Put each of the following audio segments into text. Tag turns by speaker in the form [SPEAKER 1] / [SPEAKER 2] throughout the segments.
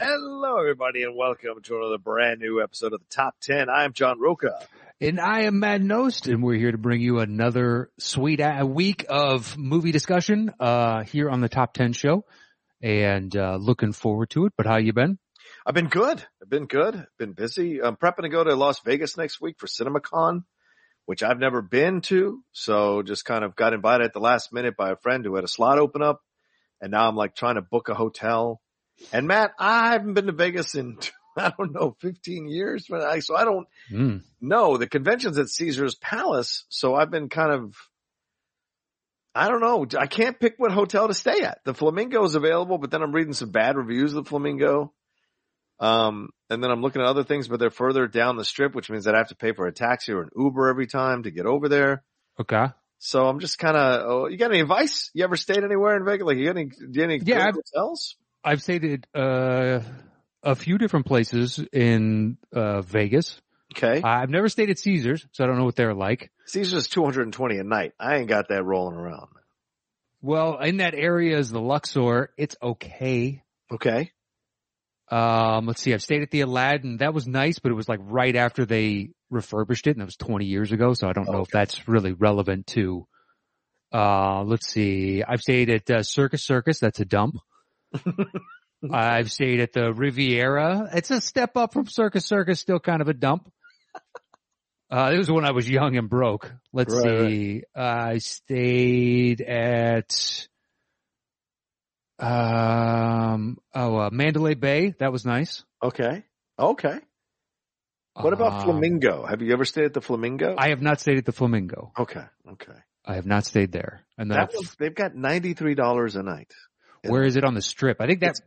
[SPEAKER 1] Hello, everybody, and welcome to another brand new episode of the Top 10. I'm John Roca.
[SPEAKER 2] And I am Matt Nost, and we're here to bring you another sweet a week of movie discussion uh, here on the Top Ten Show, and uh, looking forward to it. But how you been?
[SPEAKER 1] I've been good. I've been good. Been busy. I'm prepping to go to Las Vegas next week for CinemaCon, which I've never been to. So just kind of got invited at the last minute by a friend who had a slot open up. And now I'm like trying to book a hotel. And Matt, I haven't been to Vegas in, I don't know, 15 years. But I, so I don't
[SPEAKER 2] Mm.
[SPEAKER 1] No, the convention's at Caesar's Palace, so I've been kind of I don't know. I can't pick what hotel to stay at. The Flamingo is available, but then I'm reading some bad reviews of the Flamingo. Um, and then I'm looking at other things, but they're further down the strip, which means that I have to pay for a taxi or an Uber every time to get over there.
[SPEAKER 2] Okay.
[SPEAKER 1] So I'm just kind of, oh, you got any advice? You ever stayed anywhere in Vegas? Like you got any, do you have any
[SPEAKER 2] Yeah,
[SPEAKER 1] good
[SPEAKER 2] I've-
[SPEAKER 1] hotels?
[SPEAKER 2] I've stayed at uh, a few different places in uh, Vegas.
[SPEAKER 1] Okay.
[SPEAKER 2] I've never stayed at Caesars, so I don't know what they're like.
[SPEAKER 1] Caesar's 220 a night. I ain't got that rolling around.
[SPEAKER 2] Well, in that area is the Luxor. It's okay.
[SPEAKER 1] Okay.
[SPEAKER 2] Um, let's see. I've stayed at the Aladdin. That was nice, but it was like right after they refurbished it, and that was 20 years ago. So I don't know if that's really relevant to. Uh, let's see. I've stayed at uh, Circus Circus. That's a dump. I've stayed at the Riviera. It's a step up from Circus Circus. Still kind of a dump. Uh, it was when I was young and broke. Let's
[SPEAKER 1] Right, right.
[SPEAKER 2] see. I stayed at, um, oh, uh, Mandalay Bay. That was nice.
[SPEAKER 1] Okay. Okay. What about
[SPEAKER 2] Um,
[SPEAKER 1] Flamingo? Have you ever stayed at the Flamingo?
[SPEAKER 2] I have not stayed at the Flamingo.
[SPEAKER 1] okay, okay.
[SPEAKER 2] I have not stayed there. And then
[SPEAKER 1] That
[SPEAKER 2] I've-
[SPEAKER 1] one's, they've got ninety three dollars a night.
[SPEAKER 2] where is it on the strip? I think that's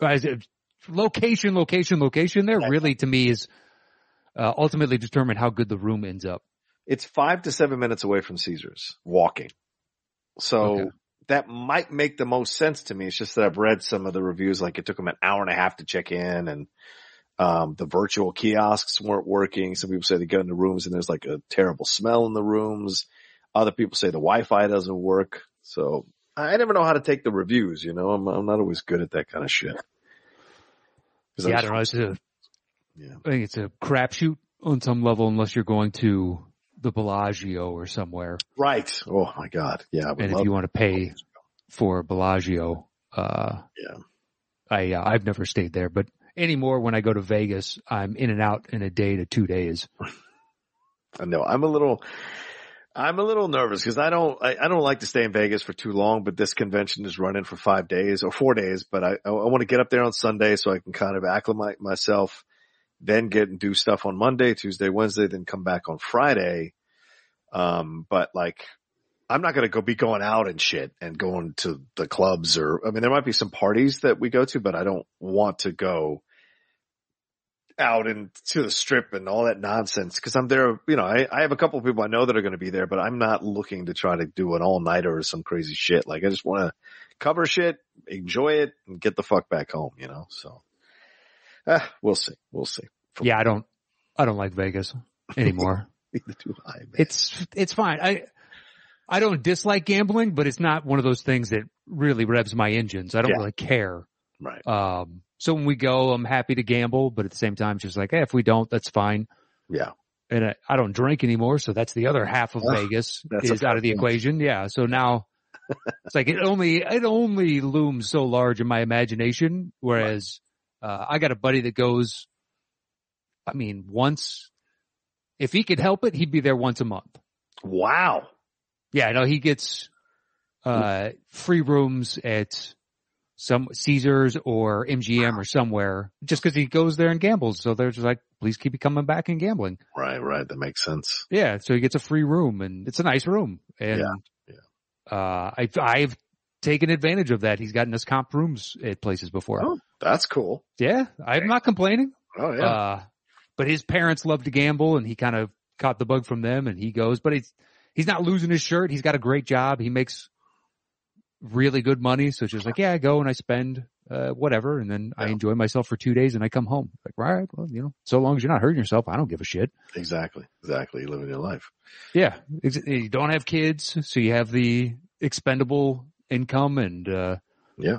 [SPEAKER 2] guys. it- Location, location, location. There
[SPEAKER 1] Yeah.
[SPEAKER 2] really to me is uh, ultimately determine how good the room ends up.
[SPEAKER 1] It's five to seven minutes away from Caesar's walking, so
[SPEAKER 2] Okay.
[SPEAKER 1] that might make the most sense to me. It's just that I've read some of the reviews, like it took them an hour and a half to check in, and um, the virtual kiosks weren't working. Some people say they go into rooms and there's like a terrible smell in the rooms. Other people say the Wi Fi doesn't work. So I I never know how to take the reviews. You know, I'm I'm not always good at that kind of shit. 'Cause I'm
[SPEAKER 2] Yeah, I
[SPEAKER 1] just-
[SPEAKER 2] don't know. It's a,
[SPEAKER 1] Yeah.
[SPEAKER 2] I think it's a crapshoot on some level, unless you're going to the Bellagio or somewhere.
[SPEAKER 1] Right. Oh my God. Yeah. I would
[SPEAKER 2] and
[SPEAKER 1] love
[SPEAKER 2] if you want to pay for Bellagio, uh,
[SPEAKER 1] Yeah.
[SPEAKER 2] I uh, I've never stayed there, but anymore when I go to Vegas, I'm in and out in a day to two days.
[SPEAKER 1] I know. I'm a little, I'm a little nervous because I don't, I, I don't like to stay in Vegas for too long, but this convention is running for five days or four days, but I, I want to get up there on Sunday so I can kind of acclimate myself, then get and do stuff on Monday, Tuesday, Wednesday, then come back on Friday. Um, but like, I'm not going to go be going out and shit and going to the clubs or, I mean, there might be some parties that we go to, but I don't want to go out and to the strip and all that nonsense. Cause I'm there, you know, I, I have a couple of people I know that are going to be there, but I'm not looking to try to do an all nighter or some crazy shit. Like I just want to cover shit, enjoy it and get the fuck back home, you know? So, uh, we'll see. We'll see.
[SPEAKER 2] Yeah, I don't I don't like Vegas anymore.
[SPEAKER 1] Neither do I, man.
[SPEAKER 2] it's it's fine. I I don't dislike gambling, but it's not one of those things that really revs my engines. I don't
[SPEAKER 1] Yeah.
[SPEAKER 2] really care.
[SPEAKER 1] right.
[SPEAKER 2] Um, so when we go, I'm happy to gamble, but at the same time, it's just like, hey, if we don't, that's fine.
[SPEAKER 1] Yeah.
[SPEAKER 2] And I, I don't drink anymore, so that's the other half of
[SPEAKER 1] Ugh,
[SPEAKER 2] Vegas
[SPEAKER 1] that's a
[SPEAKER 2] is out of the
[SPEAKER 1] problem.
[SPEAKER 2] equation. Yeah. So now it's like it only it only looms so large in my imagination. Whereas uh, I got a buddy that goes, I mean, once if he could help it, he'd be there once a month.
[SPEAKER 1] Wow. Hmm.
[SPEAKER 2] Yeah, no, he gets uh free rooms at some Caesars or MGM or somewhere just because he goes there and gambles. So they're just like, please keep coming back and gambling.
[SPEAKER 1] Right, right. That makes sense.
[SPEAKER 2] Yeah. So he gets a free room and it's a nice room. And,
[SPEAKER 1] Yeah,
[SPEAKER 2] uh, I, I've taken advantage of that. He's gotten us comp rooms at places before.
[SPEAKER 1] Oh, that's cool.
[SPEAKER 2] Yeah. I'm not complaining.
[SPEAKER 1] Oh yeah.
[SPEAKER 2] Uh, but his parents love to gamble and he kind of caught the bug from them and he goes, but he's, he's not losing his shirt. He's got a great job. He makes really good money. So it's just like, yeah, I go and I spend, uh, whatever. And then I
[SPEAKER 1] Yeah.
[SPEAKER 2] enjoy myself for two days and I come home. Like, all right, well, you know, so long as you're not hurting yourself, I don't give a shit.
[SPEAKER 1] exactly. Exactly. You're living your life.
[SPEAKER 2] Yeah. Ex- You don't have kids. So you have the expendable income and, uh,
[SPEAKER 1] Yeah.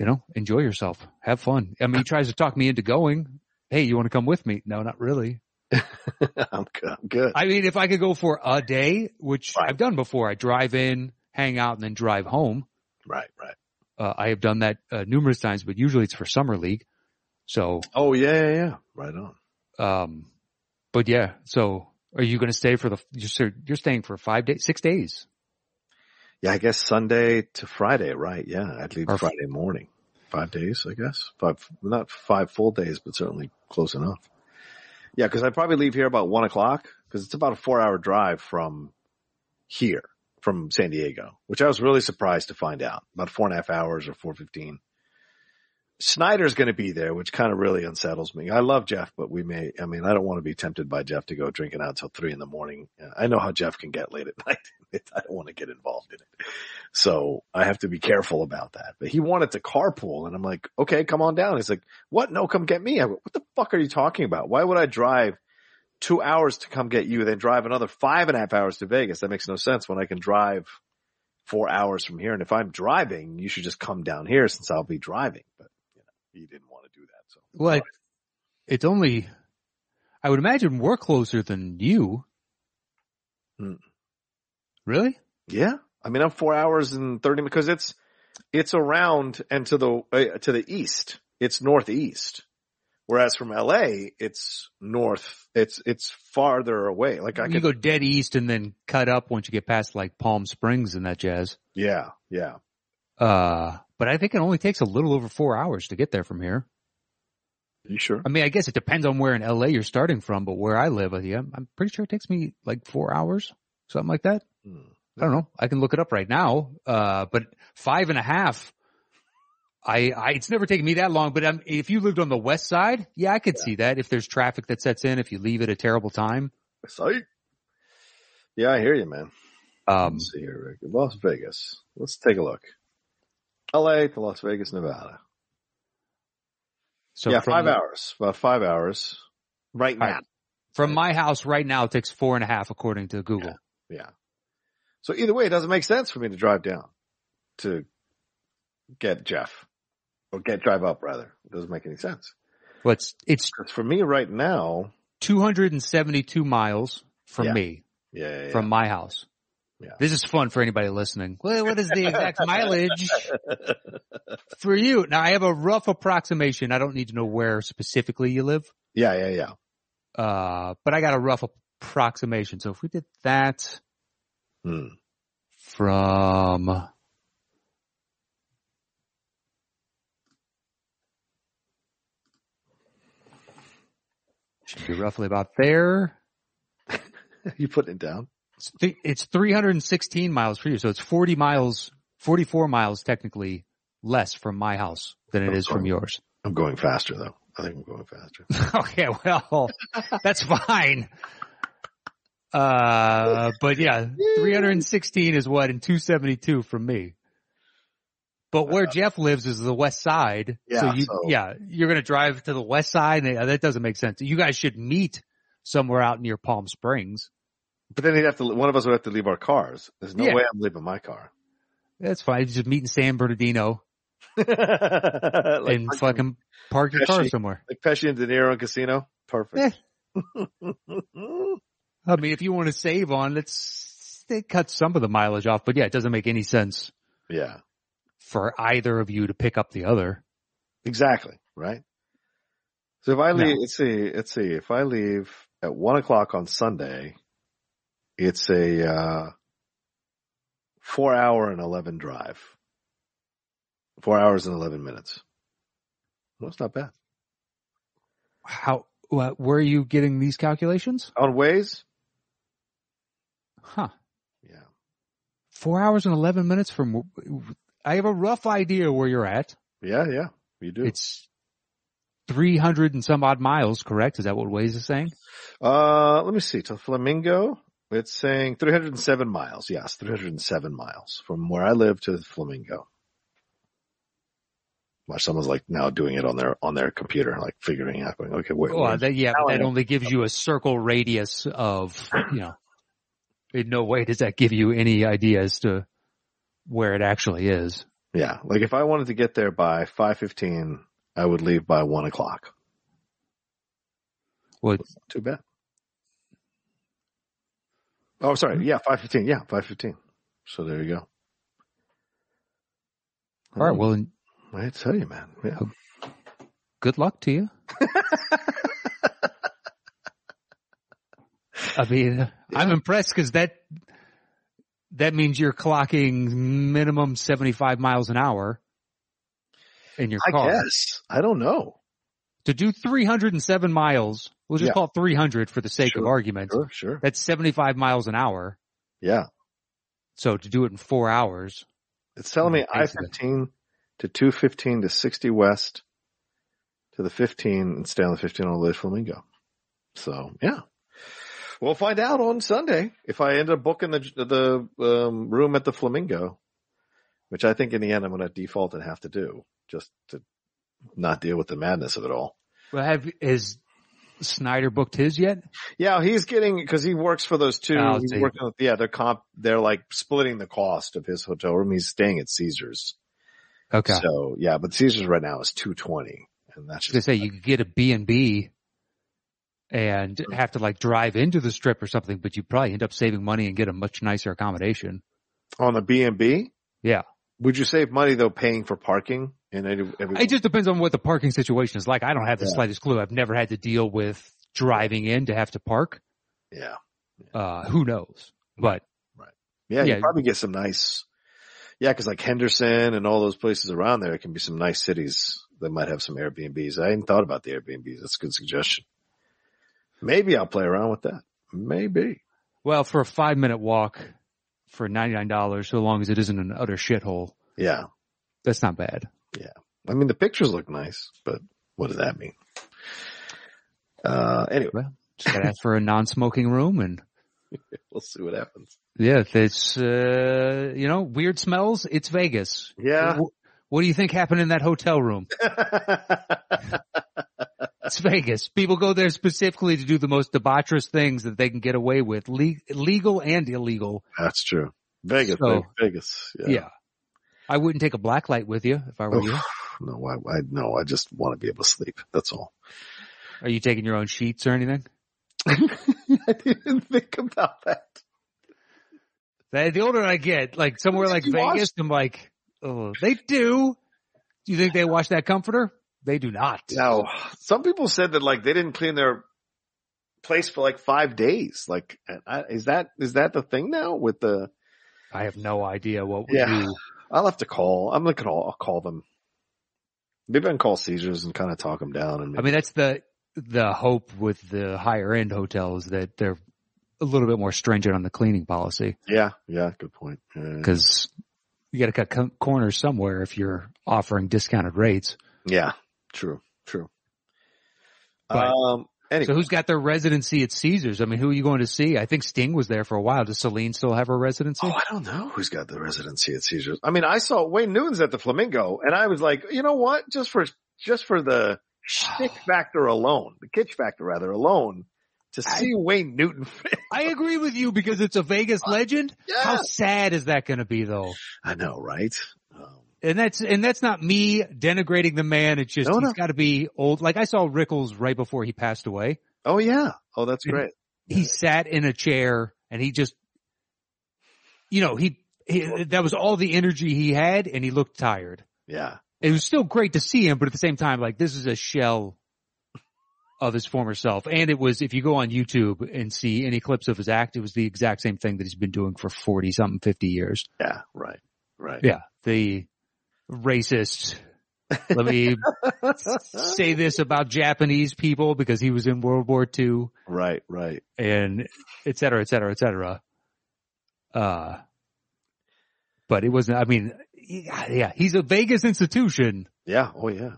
[SPEAKER 2] you know, enjoy yourself. Have fun. I mean, he tries to talk me into going. Hey, you want to come with me? No, not really.
[SPEAKER 1] I'm good. I'm good.
[SPEAKER 2] I mean, if I could go for a day, which
[SPEAKER 1] Right.
[SPEAKER 2] I've done before, I drive in, hang out, and then drive home.
[SPEAKER 1] right, right.
[SPEAKER 2] Uh, I have done that uh, numerous times, but usually it's for summer league. So,
[SPEAKER 1] Oh yeah, yeah, yeah. Right on.
[SPEAKER 2] um, but yeah. So, are you going to stay for the? You're, so you're staying for five days, six days.
[SPEAKER 1] Yeah, I guess Sunday to Friday, right? Yeah, I'd leave
[SPEAKER 2] Or-
[SPEAKER 1] Friday morning. Five days, I guess. Five, not five full days, but certainly close enough. Yeah, because I'd probably leave here about one o'clock because it's about a four-hour drive from here, from San Diego, which I was really surprised to find out. About four and a half hours or four fifteen. Snyder's going to be there, which kind of really unsettles me. I love Jeff, but we may, I mean, I don't want to be tempted by Jeff to go drinking out till three in the morning. I know how Jeff can get late at night. I don't want to get involved in it. So I have to be careful about that. But he wanted to carpool and I'm like, okay, come on down. He's like, what? No, come get me. I go, what the fuck are you talking about? Why would I drive two hours to come get you, then drive another five and a half hours to Vegas? That makes no sense when I can drive four hours from here. And if I'm driving, you should just come down here since I'll be driving. But you know, he didn't want to do that. So
[SPEAKER 2] Well, it- it's only. I would imagine we're closer than you.
[SPEAKER 1] Hmm.
[SPEAKER 2] Really?
[SPEAKER 1] Yeah. I mean, I'm four hours and 30 because it's, it's around and to the, uh, to the east, it's northeast. Whereas from LA, it's north, it's, it's farther away. Like I
[SPEAKER 2] you
[SPEAKER 1] could,
[SPEAKER 2] go dead east and then cut up once you get past like Palm Springs and that jazz.
[SPEAKER 1] yeah, yeah.
[SPEAKER 2] Uh, but I think it only takes a little over four hours to get there from here.
[SPEAKER 1] You sure?
[SPEAKER 2] I mean, I guess it depends on where in LA you're starting from, but where I live, yeah, I'm pretty sure it takes me like four hours, something like that.
[SPEAKER 1] Hmm.
[SPEAKER 2] I don't know. I can look it up right now. Uh, but five and a half, I, I, it's never taken me that long, but i if you lived on the west side, yeah, I could see that. If there's traffic that sets in, if you leave at a terrible time,
[SPEAKER 1] Sorry. Yeah, I hear you, man.
[SPEAKER 2] um,
[SPEAKER 1] Let's see here. Rick. Las Vegas. Let's take a look. LA to Las Vegas, Nevada.
[SPEAKER 2] so
[SPEAKER 1] yeah,
[SPEAKER 2] from
[SPEAKER 1] five
[SPEAKER 2] the-
[SPEAKER 1] hours, about five hours right
[SPEAKER 2] All
[SPEAKER 1] now.
[SPEAKER 2] right. From my house right now, it takes four and a half, according to Google.
[SPEAKER 1] Yeah. So either way, it doesn't make sense for me to drive down to get Jeff or get drive up rather. It doesn't make any sense.
[SPEAKER 2] Well, it's it's
[SPEAKER 1] 'Cause for me right now,
[SPEAKER 2] 272 miles from
[SPEAKER 1] Yeah.
[SPEAKER 2] me,
[SPEAKER 1] yeah, yeah, yeah.
[SPEAKER 2] from my house.
[SPEAKER 1] Yeah.
[SPEAKER 2] This is fun for anybody listening. Well, what is the exact mileage for you? Now, I have a rough approximation. I don't need to know where specifically you live,
[SPEAKER 1] yeah, yeah, yeah.
[SPEAKER 2] uh, but I got a rough approximation. So if we did that
[SPEAKER 1] Hmm.
[SPEAKER 2] from should be roughly about there.
[SPEAKER 1] you putting it down?
[SPEAKER 2] It's, th- it's 316 miles for you, so it's 40 miles, 44 miles technically less from my house than it is from yours.
[SPEAKER 1] I'm going faster though. I think I'm going faster.
[SPEAKER 2] okay, well, that's fine. Uh, but yeah, 316 is what, and 272 from me. But where Jeff lives is the west side.
[SPEAKER 1] Yeah,
[SPEAKER 2] so you,
[SPEAKER 1] so-
[SPEAKER 2] yeah, you're going to drive to the west side. And uh, that doesn't make sense. You guys should meet somewhere out near Palm Springs.
[SPEAKER 1] But then he'd have to, one of us would have to leave our cars. There's no
[SPEAKER 2] Yeah.
[SPEAKER 1] way I'm leaving my car.
[SPEAKER 2] That's fine. Just meet in San Bernardino.
[SPEAKER 1] like,
[SPEAKER 2] and fucking park your car
[SPEAKER 1] Actually-
[SPEAKER 2] somewhere.
[SPEAKER 1] like Pesci and De Niro in Casino. Perfect.
[SPEAKER 2] I mean, if you want to save on, let's they cut some of the mileage off, but yeah, it doesn't make any sense
[SPEAKER 1] yeah.
[SPEAKER 2] for either of you to pick up the other.
[SPEAKER 1] Exactly. Right. So if I
[SPEAKER 2] No.
[SPEAKER 1] leave, let's see, let's see, if I leave at one o'clock on Sunday, it's a, uh, four hour and 11 drive. Four hours and 11 minutes. Well, it's not bad.
[SPEAKER 2] How, what, where are you getting these calculations?
[SPEAKER 1] On ways?
[SPEAKER 2] Huh.
[SPEAKER 1] Yeah.
[SPEAKER 2] Four hours and 11 minutes from, I have a rough idea where you're at.
[SPEAKER 1] Yeah, yeah. You do.
[SPEAKER 2] It's 300 and some odd miles, correct? Is that what Waze is saying?
[SPEAKER 1] Uh, let me see. To Flamingo, it's saying 307 miles. Yes, 307 miles from where I live to Flamingo. Watch, someone's like now doing it on their on their computer, like figuring out, going, okay, wait.
[SPEAKER 2] Well,
[SPEAKER 1] wait.
[SPEAKER 2] that, yeah,
[SPEAKER 1] now
[SPEAKER 2] but
[SPEAKER 1] I
[SPEAKER 2] that
[SPEAKER 1] know.
[SPEAKER 2] only gives you a circle radius of, you know, in no way does that give you any idea as to where it actually is.
[SPEAKER 1] yeah, like if I wanted to get there by 5:15, I would leave by one o'clock.
[SPEAKER 2] Well,
[SPEAKER 1] Too bad. Oh,
[SPEAKER 2] Hmm.
[SPEAKER 1] sorry. Yeah, 5:15. Yeah, 5:15. So there you go. Hmm.
[SPEAKER 2] all right. Well,
[SPEAKER 1] I tell you, man. Yeah.
[SPEAKER 2] good luck to you. I mean, I'm impressed because that, that means you're clocking minimum 75 miles an hour in your
[SPEAKER 1] I
[SPEAKER 2] car.
[SPEAKER 1] guess. I don't know.
[SPEAKER 2] To do 307 miles, we'll just
[SPEAKER 1] Yeah.
[SPEAKER 2] call it 300 for the sake of
[SPEAKER 1] Sure,
[SPEAKER 2] argument.
[SPEAKER 1] Sure, sure.
[SPEAKER 2] That's 75 miles an hour.
[SPEAKER 1] Yeah.
[SPEAKER 2] So to do it in four hours,
[SPEAKER 1] It's telling me
[SPEAKER 2] Mhm,
[SPEAKER 1] I
[SPEAKER 2] thanks for that.
[SPEAKER 1] 15 to 215 to 60 west to the 15 and stay on the 15 on the Flamingo. So yeah, we'll find out on Sunday if I end up booking the, the um, room at the Flamingo, which I think in the end I'm going to default and have to do just to not deal with the madness of it all.
[SPEAKER 2] well, have is Snyder booked his yet?
[SPEAKER 1] Yeah, he's getting because he works for those two.
[SPEAKER 2] Oh,
[SPEAKER 1] he's
[SPEAKER 2] see.
[SPEAKER 1] working with, yeah, they're comp. They're like splitting the cost of his hotel room. He's staying at Caesars.
[SPEAKER 2] Okay.
[SPEAKER 1] So yeah, but Caesars right now is two twenty, and
[SPEAKER 2] I
[SPEAKER 1] that's
[SPEAKER 2] was
[SPEAKER 1] just
[SPEAKER 2] gonna say you could get a B and B and have to like drive into the strip or something, but you probably end up saving money and get a much nicer accommodation.
[SPEAKER 1] on the B and B.
[SPEAKER 2] Yeah.
[SPEAKER 1] Would you save money though paying for parking? And every, every,
[SPEAKER 2] It just depends on what the parking situation is like. I don't have the
[SPEAKER 1] Yeah.
[SPEAKER 2] slightest clue. I've never had to deal with driving in to have to park.
[SPEAKER 1] yeah,
[SPEAKER 2] Uh, who knows? But
[SPEAKER 1] yeah,
[SPEAKER 2] Yeah.
[SPEAKER 1] you probably get some nice. Yeah, because like Henderson and all those places around there, it can be some nice cities that might have some Airbnbs. I hadn't thought about the Airbnbs. That's a good suggestion. Maybe I'll play around with that. Maybe.
[SPEAKER 2] well, for a five minute walk for $99, so long as it isn't an utter shithole,
[SPEAKER 1] Yeah.
[SPEAKER 2] that's not bad.
[SPEAKER 1] I mean, the pictures look nice, but what does that mean? Uh, anyway,
[SPEAKER 2] Just gotta ask for a non-smoking room and
[SPEAKER 1] we'll see what happens.
[SPEAKER 2] yeah, if it's, uh, you know, weird smells. It's Vegas.
[SPEAKER 1] Yeah.
[SPEAKER 2] Wh- What do you think happened in that hotel room? It's Vegas. People go there specifically to do the most debaucherous things that they can get away with, le- legal and illegal.
[SPEAKER 1] That's true. Vegas,
[SPEAKER 2] So-
[SPEAKER 1] Vegas, Vegas. Yeah.
[SPEAKER 2] Yeah. I wouldn't take a black light with you if I were you.
[SPEAKER 1] Oof. No, I, I, no, I just want to be able to sleep. That's all.
[SPEAKER 2] Are you taking your own sheets or anything?
[SPEAKER 1] I didn't think about that.
[SPEAKER 2] That- The older I get, like somewhere like
[SPEAKER 1] You wash-
[SPEAKER 2] Vegas, I'm like, oh, they do. Do you think they wash that comforter? They do not.
[SPEAKER 1] No, some people said that like they didn't clean their place for like five days. Like, I, is that, is that the thing now with the,
[SPEAKER 2] I have no idea what we
[SPEAKER 1] Yeah.
[SPEAKER 2] do.
[SPEAKER 1] I'll have to call. I'm looking. I'll, I'll call them. Maybe I can call Caesars and kind of talk them down. And
[SPEAKER 2] I mean, that's the, the hope with the higher end hotels that they're a little bit more stringent on the cleaning policy.
[SPEAKER 1] yeah, yeah, good point. Yeah,
[SPEAKER 2] because you got to cut co- corners somewhere if you're offering discounted rates.
[SPEAKER 1] yeah, true, true.
[SPEAKER 2] But-
[SPEAKER 1] um, anyway,
[SPEAKER 2] So who's got their residency at Caesars? I mean, who are you going to see? I think Sting was there for a while. Does Celine still have her residency?
[SPEAKER 1] oh, I don't know who's got the residency at Caesars. I mean, I saw Wayne Newton's at the Flamingo, and I was like, you know what? Just for just for the shtick factor alone, the kitsch factor rather alone, to
[SPEAKER 2] I-
[SPEAKER 1] see Wayne Newton.
[SPEAKER 2] I agree with you because it's a Vegas legend. How
[SPEAKER 1] yeah,
[SPEAKER 2] sad is that going to be though?
[SPEAKER 1] I know, right? Um,
[SPEAKER 2] And that's, and that's not me denigrating the man. It's just,
[SPEAKER 1] No,
[SPEAKER 2] he's
[SPEAKER 1] no.
[SPEAKER 2] got to be old. Like I saw Rickles right before he passed away.
[SPEAKER 1] oh yeah, oh that's great.
[SPEAKER 2] he sat in a chair and he just, you know, he, he that was all the energy he had and he looked tired.
[SPEAKER 1] Yeah,
[SPEAKER 2] It was still great to see him, but at the same time, like this is a shell of his former self. And it was, if you go on YouTube and see any clips of his act, it was the exact same thing that he's been doing for 40 something, 50 years.
[SPEAKER 1] yeah, right, right.
[SPEAKER 2] Yeah. The racist. Let me say this about Japanese people because he was in World War II
[SPEAKER 1] Right, right.
[SPEAKER 2] and et cetera, et cetera, et cetera. Uh, but it wasn't, I mean, yeah, yeah, he's a Vegas institution.
[SPEAKER 1] Yeah. Oh, yeah.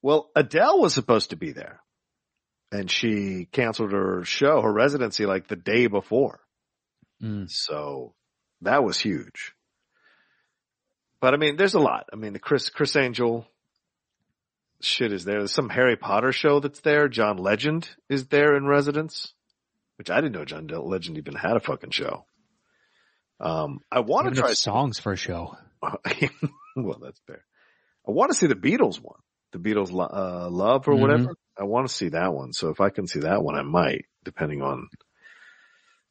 [SPEAKER 1] Well, Adele was supposed to be there and she canceled her show, her residency like the day before. Mm. So that was huge. But I mean, there's a lot. I mean, the Chris, Chris Angel shit is there. There's some Harry Potter show that's there. John Legend is there in residence, which I didn't know John Legend even had a fucking show. Um, I
[SPEAKER 2] What
[SPEAKER 1] want to try
[SPEAKER 2] songs for a show.
[SPEAKER 1] well, that's fair. I want to see the Beatles one, the Beatles Lo- uh, Love or
[SPEAKER 2] Mhm.
[SPEAKER 1] whatever. I want to see that one. So if I can see that one, I might, depending on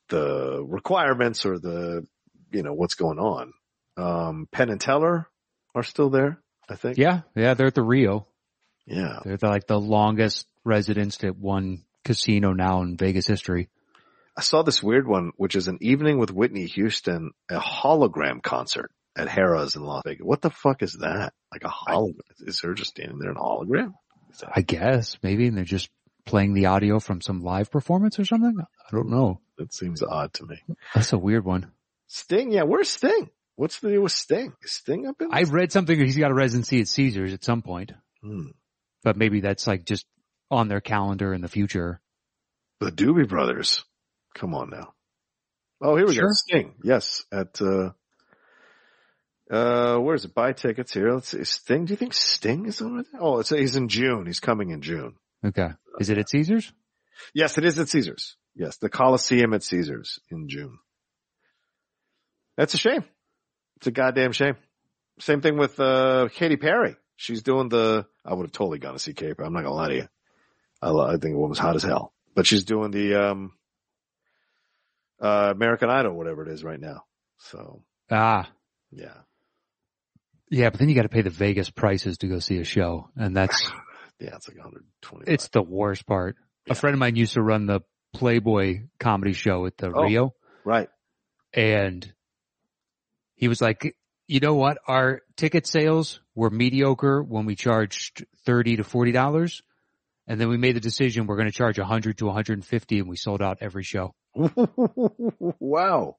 [SPEAKER 1] the requirements or the, you know, what's going on. Um, Penn and Teller are still there, I think.
[SPEAKER 2] Yeah. Yeah. They're at the Rio.
[SPEAKER 1] Yeah.
[SPEAKER 2] They're the, like the longest residence at one casino now in Vegas history.
[SPEAKER 1] I saw this weird one, which is an evening with Whitney Houston, a hologram concert at Harrah's in Las Vegas. What the fuck is that? Like a hologram? Is her just standing there in a hologram?
[SPEAKER 2] I guess maybe. And they're just playing the audio from some live performance or something. I don't know.
[SPEAKER 1] That seems odd to me.
[SPEAKER 2] That's a weird one.
[SPEAKER 1] Sting, yeah, where's Sting? What's the deal with Sting? Is Sting up in?
[SPEAKER 2] I read something that he's got a residency at Caesars at some point,
[SPEAKER 1] Hmm.
[SPEAKER 2] but maybe that's like just on their calendar in the future.
[SPEAKER 1] the Doobie Brothers. Come on now. Oh, here we go.
[SPEAKER 2] Sure.
[SPEAKER 1] Sting, yes, at uh, uh, where's it? Buy tickets here. Let's see. Sting. Do you think Sting is over there? Oh, it's he's in June. He's coming in June.
[SPEAKER 2] Okay. Is it at Caesars?
[SPEAKER 1] Yes, it is at Caesars. Yes, the Coliseum at Caesars in June. That's a shame. It's a goddamn shame. Same thing with uh Katy Perry. She's doing the. I would have totally gone to see Katy Perry. I'm not gonna lie to you. I, lo- I think the woman's hot as hell, but she's doing the um uh American Idol, whatever it is, right now. So
[SPEAKER 2] Ah,
[SPEAKER 1] yeah,
[SPEAKER 2] yeah, but then you got to pay the Vegas prices to go see a show. And that's,
[SPEAKER 1] yeah, it's like 120.
[SPEAKER 2] it's the worst part. A friend of mine used to run the Playboy comedy show at the
[SPEAKER 1] Oh.
[SPEAKER 2] Rio
[SPEAKER 1] right.
[SPEAKER 2] and he was like, you know what? Our ticket sales were mediocre when we charged 30 to $40. And then we made the decision we're going to charge 100 to 150 and we sold out every show.
[SPEAKER 1] wow.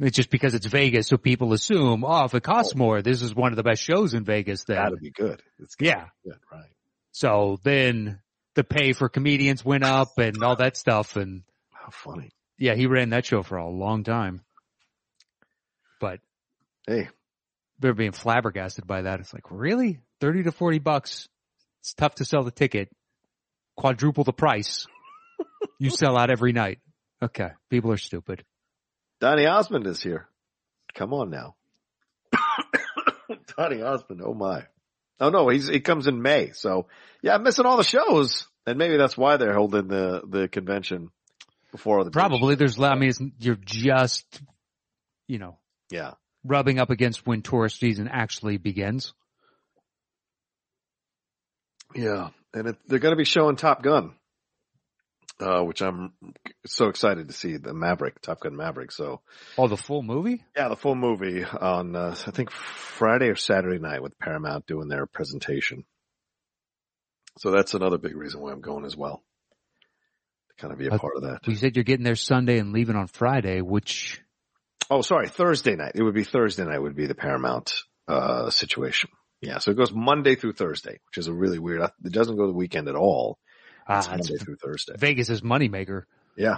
[SPEAKER 2] It's just because it's Vegas. So people assume, oh, if it costs more, this is one of the best shows in Vegas then.
[SPEAKER 1] That'd be good. It's gotta
[SPEAKER 2] Yeah.
[SPEAKER 1] be good, right.
[SPEAKER 2] So then the pay for comedians went up and all that stuff. And
[SPEAKER 1] How funny.
[SPEAKER 2] yeah, he ran that show for a long time. But
[SPEAKER 1] Hey.
[SPEAKER 2] they're being flabbergasted by that. It's like, really? 30 to 40 bucks. It's tough to sell the ticket. Quadruple the price. you sell out every night. Okay. People are stupid.
[SPEAKER 1] Donny Osmond is here. Come on now. Donny Osmond, oh my. Oh no, he's he comes in May. So yeah, I'm missing all the shows. And maybe that's why they're holding the the convention before the
[SPEAKER 2] Probably there's, I mean, it's, you're just, you know,
[SPEAKER 1] Yeah.
[SPEAKER 2] rubbing up against when tourist season actually begins.
[SPEAKER 1] Yeah. And it, they're gonna be showing Top Gun. Uh, which I'm so excited to see the Maverick, Top Gun Maverick. So
[SPEAKER 2] Oh, the full movie?
[SPEAKER 1] yeah, the full movie on, uh, I think Friday or Saturday night with Paramount doing their presentation. So that's another big reason why I'm going as well. To kind of be a
[SPEAKER 2] Okay.
[SPEAKER 1] part of that.
[SPEAKER 2] You said you're getting there Sunday and leaving on Friday, which
[SPEAKER 1] Oh, sorry. Thursday night. It would be Thursday night would be the Paramount, uh, situation. Yeah. So it goes Monday through Thursday, which is a really weird, uh, it doesn't go the weekend at all.
[SPEAKER 2] ah,
[SPEAKER 1] It's
[SPEAKER 2] it's
[SPEAKER 1] Monday through Thursday.
[SPEAKER 2] Vegas is moneymaker.
[SPEAKER 1] Yeah.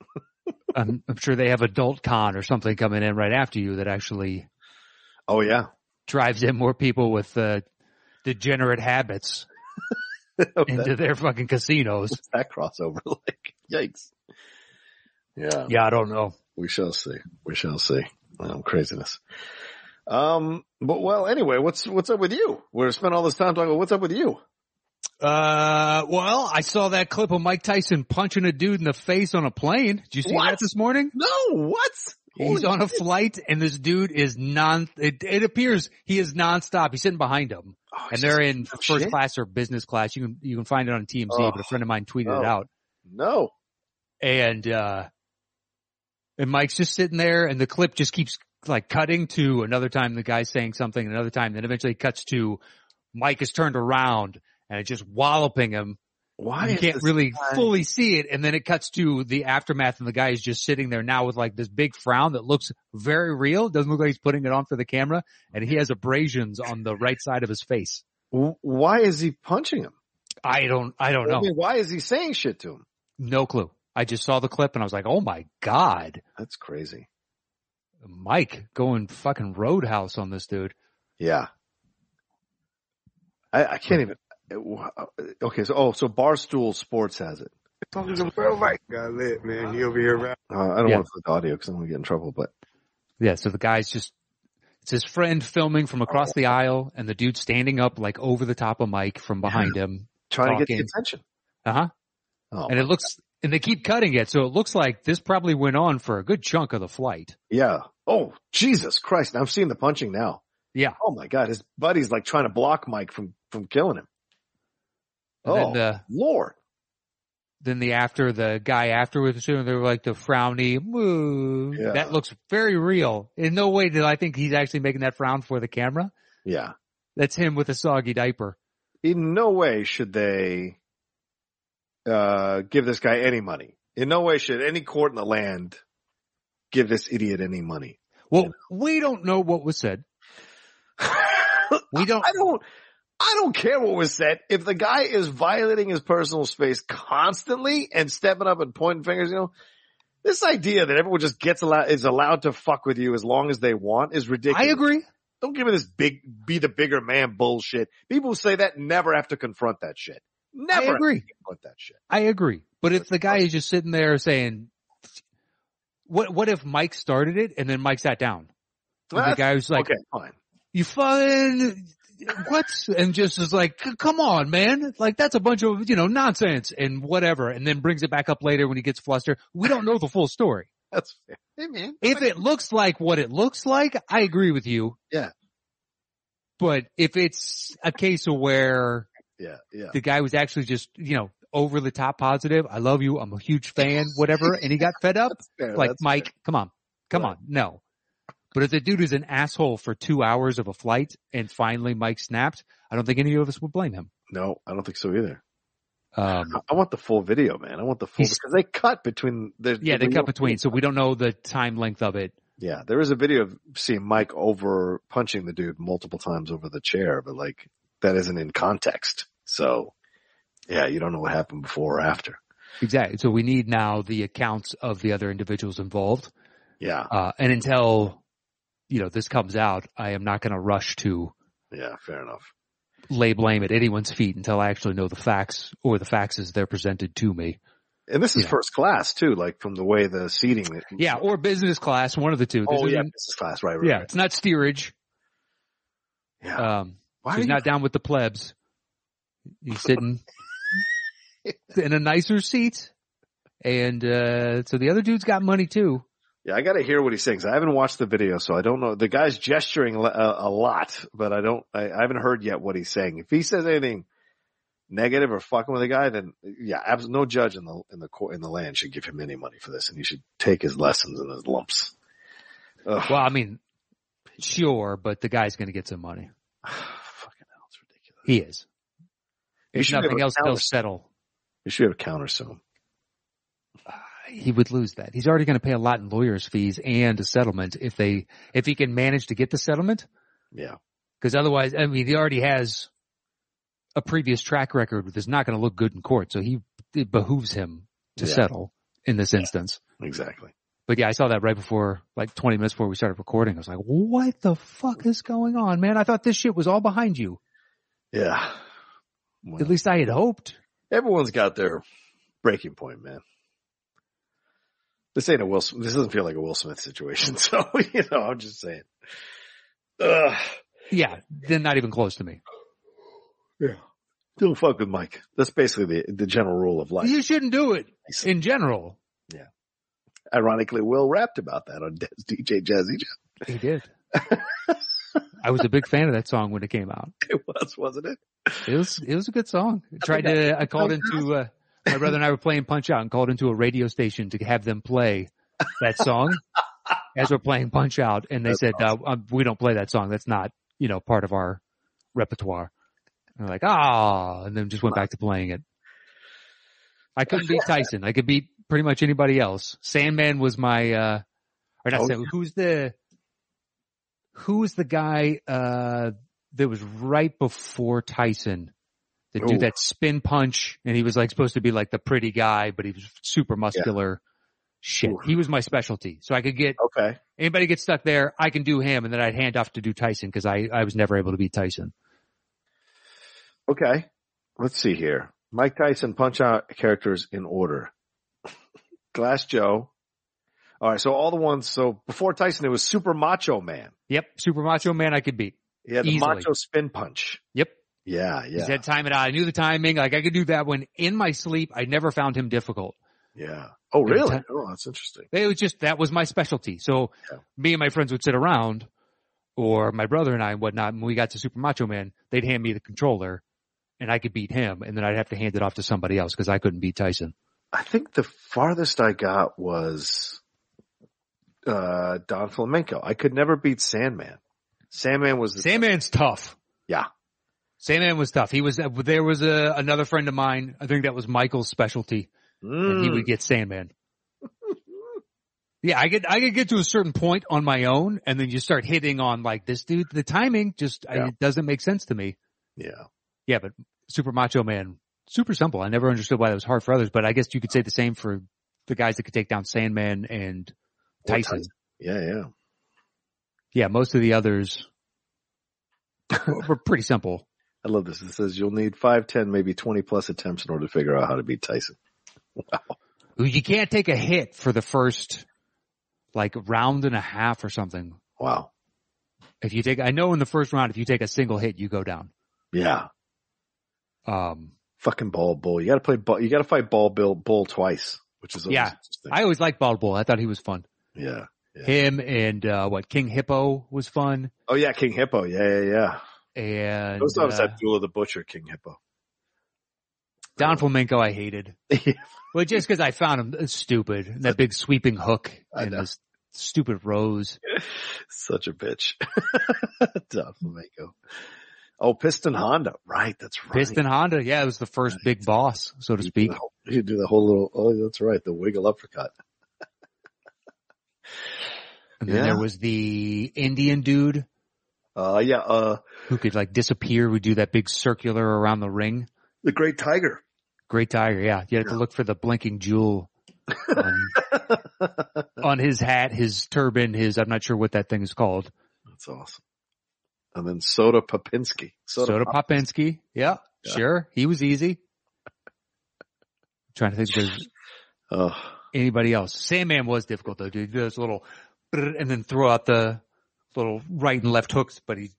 [SPEAKER 2] I'm, I'm sure they have adult con or something coming in right after you that actually
[SPEAKER 1] Oh yeah.
[SPEAKER 2] drives in more people with uh, degenerate habits into
[SPEAKER 1] that,
[SPEAKER 2] their fucking casinos.
[SPEAKER 1] that crossover, like yikes. Yeah.
[SPEAKER 2] Yeah, I don't know.
[SPEAKER 1] we shall see. We shall see. Um, craziness. Um, but well, anyway, what's what's up with you? We're spent all this time talking. about What's up with you?
[SPEAKER 2] Uh, well, I saw that clip of Mike Tyson punching a dude in the face on a plane. Did you see
[SPEAKER 1] What?
[SPEAKER 2] that this morning?
[SPEAKER 1] No, what?
[SPEAKER 2] He's on a flight and this dude is non, it, it appears he is nonstop. He's sitting behind him
[SPEAKER 1] Oh,
[SPEAKER 2] and they're in
[SPEAKER 1] some
[SPEAKER 2] first
[SPEAKER 1] shit.
[SPEAKER 2] class or business class. You can, you can find it on TMZ,
[SPEAKER 1] Oh.
[SPEAKER 2] but a friend of mine tweeted
[SPEAKER 1] Oh.
[SPEAKER 2] it out
[SPEAKER 1] no.
[SPEAKER 2] and, uh, and Mike's just sitting there and the clip just keeps like cutting to another time the guy's saying something, another time, then eventually it cuts to Mike is turned around and it's just walloping him.
[SPEAKER 1] Why
[SPEAKER 2] you
[SPEAKER 1] is
[SPEAKER 2] can't
[SPEAKER 1] this
[SPEAKER 2] really
[SPEAKER 1] guy-
[SPEAKER 2] fully see it. And then it cuts to the aftermath and the guy is just sitting there now with like this big frown that looks very real. Doesn't look like he's putting it on for the camera and he has abrasions on the right side of his face.
[SPEAKER 1] w- Why is he punching him?
[SPEAKER 2] I don't, I don't
[SPEAKER 1] I
[SPEAKER 2] know.
[SPEAKER 1] mean, why is he saying shit to him?
[SPEAKER 2] No clue. I just saw the clip and I was like, Oh my God,
[SPEAKER 1] That's crazy.
[SPEAKER 2] Mike going fucking roadhouse on this dude.
[SPEAKER 1] Yeah. I, I can't even. Okay, so oh, so Barstool Sports has it.
[SPEAKER 3] Talking to Bro Mike got lit, man. He over here rapping.
[SPEAKER 1] Uh, I don't
[SPEAKER 2] Yeah.
[SPEAKER 1] want to put the audio because I'm gonna get in trouble. But
[SPEAKER 2] Yeah. So the guy's just, it's his friend filming from across the aisle and the dude standing up like over the top of Mike from behind him.
[SPEAKER 1] trying to get the
[SPEAKER 2] Talking.
[SPEAKER 1] attention.
[SPEAKER 2] Uh huh.
[SPEAKER 1] Oh,
[SPEAKER 2] and it looks and they keep cutting it, so it looks like this probably went on for a good chunk of the flight.
[SPEAKER 1] yeah. Oh, Jesus Christ! Now I'm seeing the punching now.
[SPEAKER 2] Yeah.
[SPEAKER 1] Oh my God, his buddy's like trying to block Mike from from killing him.
[SPEAKER 2] And
[SPEAKER 1] oh
[SPEAKER 2] then the
[SPEAKER 1] Lord!
[SPEAKER 2] then the after the guy afterwards, they were like the frowny move.
[SPEAKER 1] Yeah.
[SPEAKER 2] That looks very real. In no way did I think he's actually making that frown for the camera.
[SPEAKER 1] Yeah.
[SPEAKER 2] That's him with a soggy diaper.
[SPEAKER 1] In no way should they uh give this guy any money. In no way should any court in the land give this idiot any money.
[SPEAKER 2] Well, we don't know what was said. We don't.
[SPEAKER 1] I don't I don't care what was said. If the guy is violating his personal space constantly and stepping up and pointing fingers, you know, this idea that everyone just gets allowed is allowed to fuck with you as long as they want is ridiculous.
[SPEAKER 2] I agree.
[SPEAKER 1] Don't give me this big be the bigger man bullshit. People who say that never have to confront that shit. Never
[SPEAKER 2] I agree.
[SPEAKER 1] have to confront that shit.
[SPEAKER 2] I agree. But if the guy is just sitting there saying, "What? What if Mike started it and then Mike sat down?" And the
[SPEAKER 1] That's-
[SPEAKER 2] guy was like,
[SPEAKER 1] okay, fine.
[SPEAKER 2] you fucking what? And just is like, "C- come on, man. Like that's a bunch of, you know, nonsense and whatever. And then brings it back up later when he gets flustered. We don't know the full story.
[SPEAKER 1] That's fair. Hey man.
[SPEAKER 2] If it looks like what it looks like, I agree with you.
[SPEAKER 1] Yeah.
[SPEAKER 2] But if it's a case of where
[SPEAKER 1] Yeah, yeah.
[SPEAKER 2] the guy was actually just, you know, over the top positive, I love you. I'm a huge fan, whatever. And he got fed up
[SPEAKER 1] That's fair.
[SPEAKER 2] like
[SPEAKER 1] That's fair.
[SPEAKER 2] Mike, come on, come
[SPEAKER 1] Right.
[SPEAKER 2] on, no. But if the dude is an asshole for two hours of a flight and finally Mike snapped, I don't think any of us would blame him.
[SPEAKER 1] No, I don't think so either.
[SPEAKER 2] Um,
[SPEAKER 1] I want the full video, man. I want the full
[SPEAKER 2] He's-
[SPEAKER 1] because they cut between the
[SPEAKER 2] yeah,
[SPEAKER 1] the
[SPEAKER 2] they
[SPEAKER 1] real-
[SPEAKER 2] cut between, so we don't know the time length of it.
[SPEAKER 1] Yeah, there is a video of seeing Mike over punching the dude multiple times over the chair, but like that isn't in context. So yeah, you don't know what happened before or after.
[SPEAKER 2] Exactly. So we need now the accounts of the other individuals involved.
[SPEAKER 1] Yeah,
[SPEAKER 2] Uh, and until, you know, this comes out, I am not going to rush to
[SPEAKER 1] yeah, fair enough.
[SPEAKER 2] lay blame at anyone's feet until I actually know the facts or the facts as they're presented to me.
[SPEAKER 1] And this is
[SPEAKER 2] Yeah.
[SPEAKER 1] first class too, like from the way the seating. that-
[SPEAKER 2] Yeah. Or business class, one of the two. This
[SPEAKER 1] Oh yeah,
[SPEAKER 2] isn't-
[SPEAKER 1] business class, right? right
[SPEAKER 2] Yeah.
[SPEAKER 1] right.
[SPEAKER 2] It's not steerage.
[SPEAKER 1] yeah.
[SPEAKER 2] Um,
[SPEAKER 1] Why
[SPEAKER 2] So
[SPEAKER 1] are
[SPEAKER 2] he's
[SPEAKER 1] you-
[SPEAKER 2] not down with the plebs. He's sitting in a nicer seat. And, uh, so the other dude's got money too.
[SPEAKER 1] Yeah, I got to hear what he's saying. 'cause I haven't watched the video, so I don't know. The guy's gesturing le- uh, a, a lot, but I don't. I, I haven't heard yet what he's saying. If he says anything negative or fucking with a guy, then yeah, abs- no judge in the in the court in the land should give him any money for this, and he should take his lessons and his lumps. Ugh.
[SPEAKER 2] Well, I mean, sure, but the guy's going to get some money.
[SPEAKER 1] fucking hell, it's ridiculous.
[SPEAKER 2] He is.
[SPEAKER 1] You
[SPEAKER 2] If
[SPEAKER 1] should be
[SPEAKER 2] nothing
[SPEAKER 1] able
[SPEAKER 2] else,
[SPEAKER 1] to
[SPEAKER 2] he'll
[SPEAKER 1] counter-
[SPEAKER 2] settle.
[SPEAKER 1] You should have counter him.
[SPEAKER 2] He would lose that. He's already going to pay a lot in lawyers fees and a settlement if they, if he can manage to get the settlement.
[SPEAKER 1] Yeah,
[SPEAKER 2] Cause otherwise, I mean, he already has a previous track record that's not going to look good in court. So he, it behooves him to
[SPEAKER 1] Yeah.
[SPEAKER 2] settle in this instance.
[SPEAKER 1] exactly.
[SPEAKER 2] But yeah, I saw that right before, like 20 minutes before we started recording. I was like, what the fuck is going on, man? I thought this shit was all behind you.
[SPEAKER 1] Yeah. Well,
[SPEAKER 2] At least I had hoped.
[SPEAKER 1] everyone's got their breaking point, man. This ain't a Will. Smith- This doesn't feel like a Will Smith situation. So you know, I'm just saying. Ugh.
[SPEAKER 2] Yeah, they're not even close to me.
[SPEAKER 1] Don't fuck with Mike. That's basically the the general rule of life.
[SPEAKER 2] You shouldn't do it in general.
[SPEAKER 1] Ironically, Will rapped about that on Des- DJ Jazzy. Jeff.
[SPEAKER 2] He did. I was a big fan of that song when it came out.
[SPEAKER 1] It was, wasn't it?
[SPEAKER 2] It was it was a good song. I tried to I called into uh, my brother and I were playing Punch Out and called into a radio station to have them play that song. as we're playing Punch Out, and they
[SPEAKER 1] That's
[SPEAKER 2] said uh, um, we don't play that song. That's not you know part of our repertoire. And they're like ah, and then just went back to playing it. I couldn't beat Tyson. I could beat pretty much anybody else. Sandman was my uh, or not
[SPEAKER 1] Oh,
[SPEAKER 2] Sandman, who's the who's the guy uh that was right before Tyson that
[SPEAKER 1] Ooh.
[SPEAKER 2] dude that spin punch and he was like supposed to be like the pretty guy, but he was super muscular. Shit.
[SPEAKER 1] Oof.
[SPEAKER 2] He was my specialty. So I could get
[SPEAKER 1] Okay.
[SPEAKER 2] anybody gets stuck there. I can do him and then I'd hand off to do Tyson because I, I was never able to beat Tyson.
[SPEAKER 1] Okay. Let's see here. Mike Tyson punch out characters in order. Glass Joe. All right. So all the ones. So before Tyson, it was Super Macho Man.
[SPEAKER 2] Yep. Super macho man I could beat.
[SPEAKER 1] Yeah. The
[SPEAKER 2] Easily.
[SPEAKER 1] Macho Spin Punch.
[SPEAKER 2] Yep.
[SPEAKER 1] Yeah.
[SPEAKER 2] He
[SPEAKER 1] Yeah.
[SPEAKER 2] said time it out. I knew the timing. Like I could do that one in my sleep. I never found him difficult.
[SPEAKER 1] yeah. Oh,
[SPEAKER 2] Good
[SPEAKER 1] really?
[SPEAKER 2] time.
[SPEAKER 1] Oh, that's interesting.
[SPEAKER 2] It was just that was my specialty. So
[SPEAKER 1] Yeah.
[SPEAKER 2] me and my friends would sit around, or my brother and I and whatnot. And when we got to Super Macho Man, they'd hand me the controller, and I could beat him, and then I'd have to hand it off to somebody else because I couldn't beat Tyson.
[SPEAKER 1] I think the farthest I got was uh Don Flamenco. I could never beat Sandman. Sandman was the
[SPEAKER 2] Sandman's tough.
[SPEAKER 1] Yeah.
[SPEAKER 2] Sandman was tough. He was there was a, another friend of mine. I think that was Michael's specialty, and he
[SPEAKER 1] Mm.
[SPEAKER 2] would get Sandman. Yeah, I could I could get to a certain point on my own, and then you start hitting on like this dude. The timing just
[SPEAKER 1] Yeah.
[SPEAKER 2] it doesn't make sense to me.
[SPEAKER 1] yeah.
[SPEAKER 2] Yeah, but Super Macho Man, super simple. I never understood why that was hard for others, but I guess you could say the same for the guys that could take down Sandman and
[SPEAKER 1] Or
[SPEAKER 2] Tyson.
[SPEAKER 1] Yeah, yeah.
[SPEAKER 2] Yeah, most of the others were were pretty simple.
[SPEAKER 1] I love this. It says you'll need five, ten, maybe 20 plus attempts in order to figure out how to beat Tyson.
[SPEAKER 2] You can't take a hit for the first like round and a half or something.
[SPEAKER 1] Wow.
[SPEAKER 2] If you take, I know in the first round, if you take a single hit, you go down.
[SPEAKER 1] Yeah.
[SPEAKER 2] Um,
[SPEAKER 1] Fucking ball bull. You got to play ball. You got to fight ball bill bull twice, which is always
[SPEAKER 2] Yeah.
[SPEAKER 1] interesting.
[SPEAKER 2] I always liked Bald Bull. I thought he was fun.
[SPEAKER 1] yeah.
[SPEAKER 2] Him and, uh, what King Hippo was fun.
[SPEAKER 1] Oh yeah. King Hippo. Yeah. Yeah. Yeah.
[SPEAKER 2] And
[SPEAKER 1] Those times
[SPEAKER 2] uh,
[SPEAKER 1] that duel of the butcher, King Hippo.
[SPEAKER 2] Don Flamenco, I hated. Well, just because I found him uh, stupid, and that big sweeping hook
[SPEAKER 1] I
[SPEAKER 2] and
[SPEAKER 1] know.
[SPEAKER 2] this stupid rose.
[SPEAKER 1] Such a bitch. Don Flamenco. Oh, Piston Honda. Right. That's right.
[SPEAKER 2] Piston Honda, yeah, it was the first big boss, so to
[SPEAKER 1] You do
[SPEAKER 2] speak.
[SPEAKER 1] the whole- You do the whole little, oh, that's right. The wiggle uppercut.
[SPEAKER 2] And then
[SPEAKER 1] Yeah.
[SPEAKER 2] there was the Indian dude
[SPEAKER 1] Uh, yeah. Uh,
[SPEAKER 2] who could like disappear. We do that big circular around the ring.
[SPEAKER 1] the great tiger.
[SPEAKER 2] Great tiger, yeah. You had to look for the blinking jewel on, on his hat, his turban, his I'm not sure what that thing is called.
[SPEAKER 1] That's awesome. And then Soda Popinski.
[SPEAKER 2] Soda,
[SPEAKER 1] Pop-
[SPEAKER 2] Popinski, yeah,
[SPEAKER 1] Yeah.
[SPEAKER 2] sure, he was easy. trying to think, if there's
[SPEAKER 1] Oh,
[SPEAKER 2] anybody else. Sandman was difficult though, dude. Those little, and then throw out the little right and left hooks, but he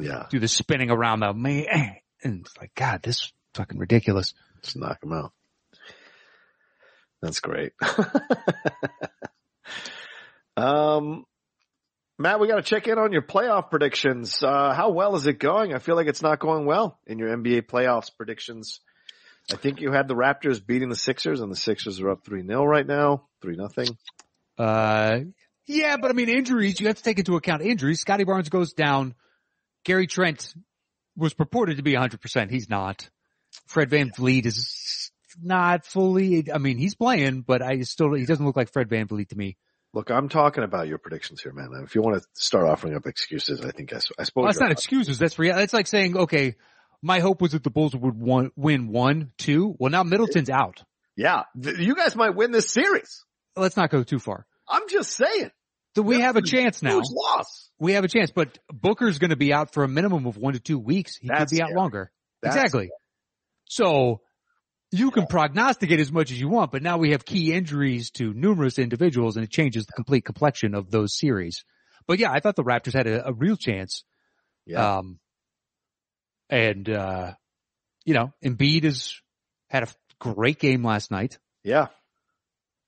[SPEAKER 1] yeah.
[SPEAKER 2] do the spinning around the man, and it's like, God, this is fucking ridiculous.
[SPEAKER 1] Just knock him out. That's great. um, Matt, we got to check in on your playoff predictions. Uh, how well is it going? I feel like it's not going well in your NBA playoffs predictions. I think you had the Raptors beating the Sixers, and the Sixers are up 3 0 right now, 3 nothing.
[SPEAKER 2] Uh, yeah, but I mean, injuries, you have to take into account injuries. Scotty Barnes goes down. Gary Trent was purported to be 100%. He's not. Fred Van Vliet is not fully, I mean, he's playing, but I still, he doesn't look like Fred Van Vliet to me.
[SPEAKER 1] Look, I'm talking about your predictions here, man. If you want to start offering up excuses, I think I, s- I suppose
[SPEAKER 2] Well, that's
[SPEAKER 1] you're-
[SPEAKER 2] not excuses. That's real. That's like saying, okay, my hope was that the Bulls would won- win one, two. Well, now Middleton's out.
[SPEAKER 1] Yeah, th- you guys might win this series.
[SPEAKER 2] Let's not go too far.
[SPEAKER 1] I'm just saying.
[SPEAKER 2] So we have a
[SPEAKER 1] Middleton's
[SPEAKER 2] chance now.
[SPEAKER 1] Huge loss.
[SPEAKER 2] We have a chance, but Booker's going to be out for a minimum of one to two weeks. He could
[SPEAKER 1] That's
[SPEAKER 2] be out
[SPEAKER 1] scary.
[SPEAKER 2] longer.
[SPEAKER 1] That's-
[SPEAKER 2] exactly. So you can prognosticate as much as you want, but now we have key injuries to numerous individuals and it changes the complete complexion of those series. But yeah, I thought the Raptors had a, a real chance.
[SPEAKER 1] Yeah.
[SPEAKER 2] Um, and, uh, you know, Embiid has had a f- great game last night.
[SPEAKER 1] yeah.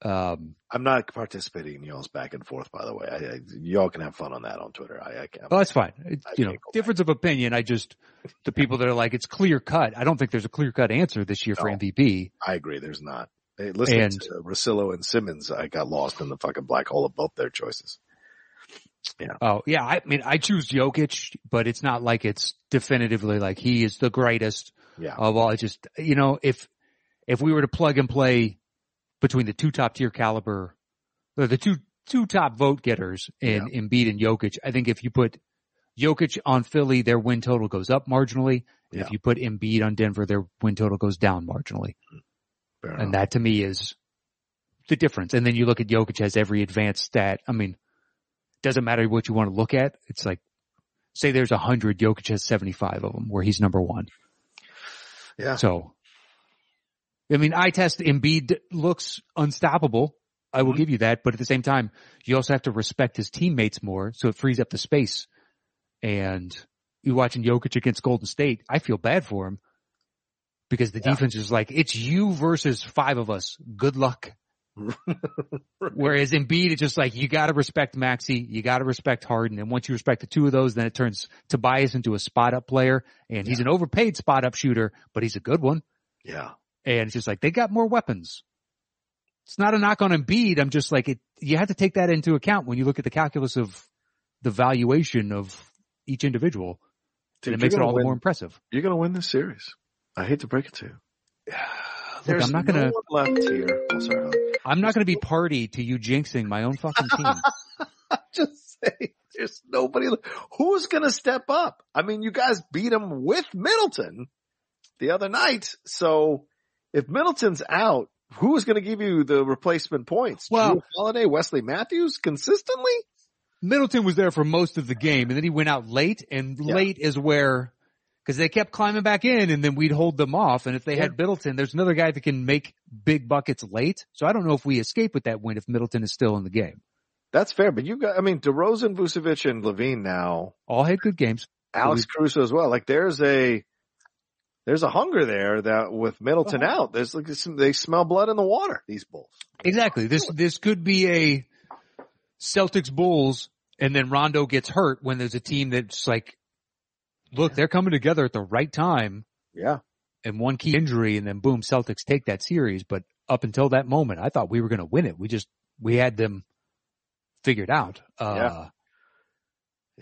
[SPEAKER 2] Um,
[SPEAKER 1] I'm not participating in y'all's back and forth, by the way. I, I, y'all can have fun on that on Twitter. I, I can't.
[SPEAKER 2] well, that's fine. It-
[SPEAKER 1] I
[SPEAKER 2] you
[SPEAKER 1] can't
[SPEAKER 2] know,
[SPEAKER 1] go back.
[SPEAKER 2] difference of opinion. I just, the people that are like, it's clear cut. I don't think there's a clear cut answer this year for
[SPEAKER 1] No.
[SPEAKER 2] MVP.
[SPEAKER 1] I agree. There's not. Hey, listen
[SPEAKER 2] And-
[SPEAKER 1] to Rosillo and Simmons. I got lost in the fucking black hole of both their choices. Yeah.
[SPEAKER 2] Oh yeah, I mean I choose Jokic, but it's not like it's definitively like he is the greatest
[SPEAKER 1] Yeah.
[SPEAKER 2] of all. It's just you know if if we were to plug and play between the two top tier caliber, or the two two top vote getters in Embiid and Jokic, I think if you put Jokic on Philly, their win total goes up marginally.
[SPEAKER 1] Yeah.
[SPEAKER 2] If you put Embiid on Denver, their win total goes down marginally.
[SPEAKER 1] Fair enough.
[SPEAKER 2] And that to me is the difference. And then you look at Jokic has every advanced stat. I mean, doesn't matter what you want to look at. It's like, say there's a hundred, Jokic has 75 of them where he's number one.
[SPEAKER 1] Yeah.
[SPEAKER 2] So, I mean, I test Embiid looks unstoppable. I
[SPEAKER 1] Mm-hmm.
[SPEAKER 2] will give you that. But at the same time, you also have to respect his teammates more. So it frees up the space. And you watching Jokic against Golden State, I feel bad for him because the
[SPEAKER 1] Yeah.
[SPEAKER 2] defense is like, it's you versus five of us. Good luck. Whereas Embiid, it's just like, you gotta respect Maxi, you gotta respect Harden, and once you respect the two of those, then it turns Tobias into a spot up player, and he's an overpaid spot up shooter, but he's a good one.
[SPEAKER 1] yeah.
[SPEAKER 2] And it's just like, they got more weapons. It's not a knock on Embiid, I'm just like, it, you have to take that into account when you look at the calculus of the valuation of each individual,
[SPEAKER 1] Dude,
[SPEAKER 2] and it
[SPEAKER 1] you're
[SPEAKER 2] makes it
[SPEAKER 1] gonna
[SPEAKER 2] all the
[SPEAKER 1] win-
[SPEAKER 2] more impressive.
[SPEAKER 1] You're going to win this series. I hate to break it to you.
[SPEAKER 2] I'm not gonna-
[SPEAKER 1] no one left here. I'm sorry. Howard.
[SPEAKER 2] I'm not gonna be party to you jinxing my own fucking team.
[SPEAKER 1] I'm just saying, there's nobody. le- Who's going to step up? I mean, you guys beat him with Middleton the other night. So if Middleton's out, who's going to give you the replacement points?
[SPEAKER 2] Well-
[SPEAKER 1] Drew Holiday, Wesley Matthews consistently?
[SPEAKER 2] Middleton was there for most of the game and then he went out late and
[SPEAKER 1] Yeah.
[SPEAKER 2] late is where, cause they kept climbing back in and then we'd hold them off. And if they had Middleton, there's another guy that can make big buckets late. So I don't know if we escape with that win if Middleton is still in the game.
[SPEAKER 1] That's fair. But you got, I mean, DeRozan, Vucevic and Levine now
[SPEAKER 2] All had good games.
[SPEAKER 1] Alex Caruso as well. Like there's a there's a hunger there that with Middleton out, there's like some, they smell blood in the water. These Bulls.
[SPEAKER 2] Exactly. This, this could be a Celtics Bulls and then Rondo gets hurt when there's a team that's like, look, they're coming together at the right time.
[SPEAKER 1] Yeah,
[SPEAKER 2] and one key injury and then boom, Celtics take that series. But up until that moment, I thought we were going to win it. We just, we had them figured out. Uh,
[SPEAKER 1] Yeah.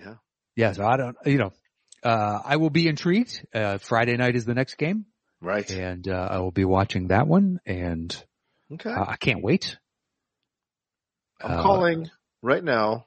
[SPEAKER 1] Yeah.
[SPEAKER 2] Yeah. So I don't, you know, uh, I will be intrigued. Uh, Friday night is the next game
[SPEAKER 1] right.
[SPEAKER 2] and, uh, I will be watching that one and
[SPEAKER 1] Okay,
[SPEAKER 2] uh, I can't wait.
[SPEAKER 1] I'm
[SPEAKER 2] uh,
[SPEAKER 1] calling right now.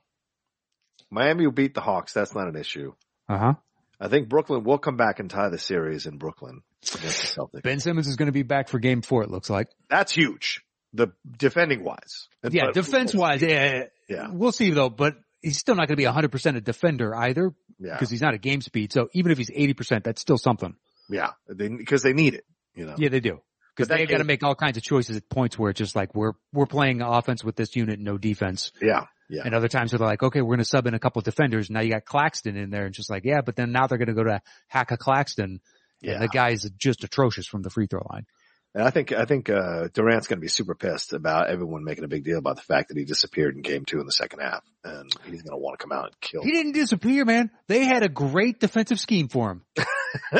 [SPEAKER 1] Miami will beat the Hawks. That's not an issue.
[SPEAKER 2] Uh huh.
[SPEAKER 1] I think Brooklyn will come back and tie the series in Brooklyn against the Celtics.
[SPEAKER 2] Ben Simmons is going to be back for game four. It looks like.
[SPEAKER 1] That's huge. The defending wise.
[SPEAKER 2] Yeah. Defense wise. Yeah.
[SPEAKER 1] Yeah.
[SPEAKER 2] We'll see though, but he's still not going to be hundred percent a defender either
[SPEAKER 1] Yeah.
[SPEAKER 2] because he's not a game speed. So even if he's 80%, that's still something.
[SPEAKER 1] Yeah. Because they, need it. You know.
[SPEAKER 2] Yeah, they do. Because
[SPEAKER 1] But that
[SPEAKER 2] they got to
[SPEAKER 1] game-
[SPEAKER 2] make all kinds of choices at points where it's just like we're we're playing offense with this unit, no defense.
[SPEAKER 1] Yeah. Yeah.
[SPEAKER 2] And other times where they're like, okay, we're going to sub in a couple of defenders. Now you got Claxton in there, and it's just like, yeah, but then now they're going to go to hack a Claxton,
[SPEAKER 1] yeah.
[SPEAKER 2] and the guy is just atrocious from the free throw line.
[SPEAKER 1] And I think I think uh, Durant's going to be super pissed about everyone making a big deal about the fact that he disappeared in Game Two in the second half, and he's going to want to come out and kill.
[SPEAKER 2] He didn't disappear, man. They had a great defensive scheme for him.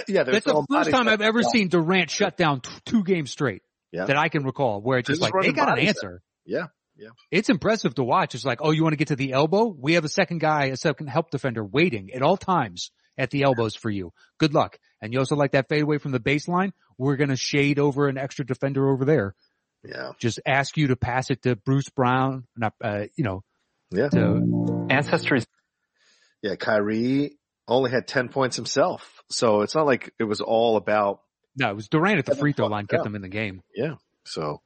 [SPEAKER 1] yeah, there's
[SPEAKER 2] That's the
[SPEAKER 1] all
[SPEAKER 2] first
[SPEAKER 1] body
[SPEAKER 2] time I've ever
[SPEAKER 1] stuff.
[SPEAKER 2] seen Durant shut down t- two games straight
[SPEAKER 1] Yeah.
[SPEAKER 2] that I can recall where it's
[SPEAKER 1] They
[SPEAKER 2] just like
[SPEAKER 1] just run
[SPEAKER 2] they
[SPEAKER 1] the
[SPEAKER 2] got an
[SPEAKER 1] bodies
[SPEAKER 2] answer.
[SPEAKER 1] Yeah, yeah.
[SPEAKER 2] It's impressive to watch. It's like, oh, you want to get to the elbow? We have a second guy, a second help defender waiting at all times at the elbows for you. Good luck. And you also like that fadeaway from the baseline. We're going to shade over an extra defender over there.
[SPEAKER 1] Yeah,
[SPEAKER 2] Just ask you to pass it to Bruce Brown, not, uh, you know,
[SPEAKER 1] yeah,
[SPEAKER 2] to ancestors.
[SPEAKER 1] yeah. Kyrie only had ten points himself, so it's not like it was all about.
[SPEAKER 2] No, it was Durant at the free throw line kept
[SPEAKER 1] Yeah.
[SPEAKER 2] them in the game.
[SPEAKER 1] So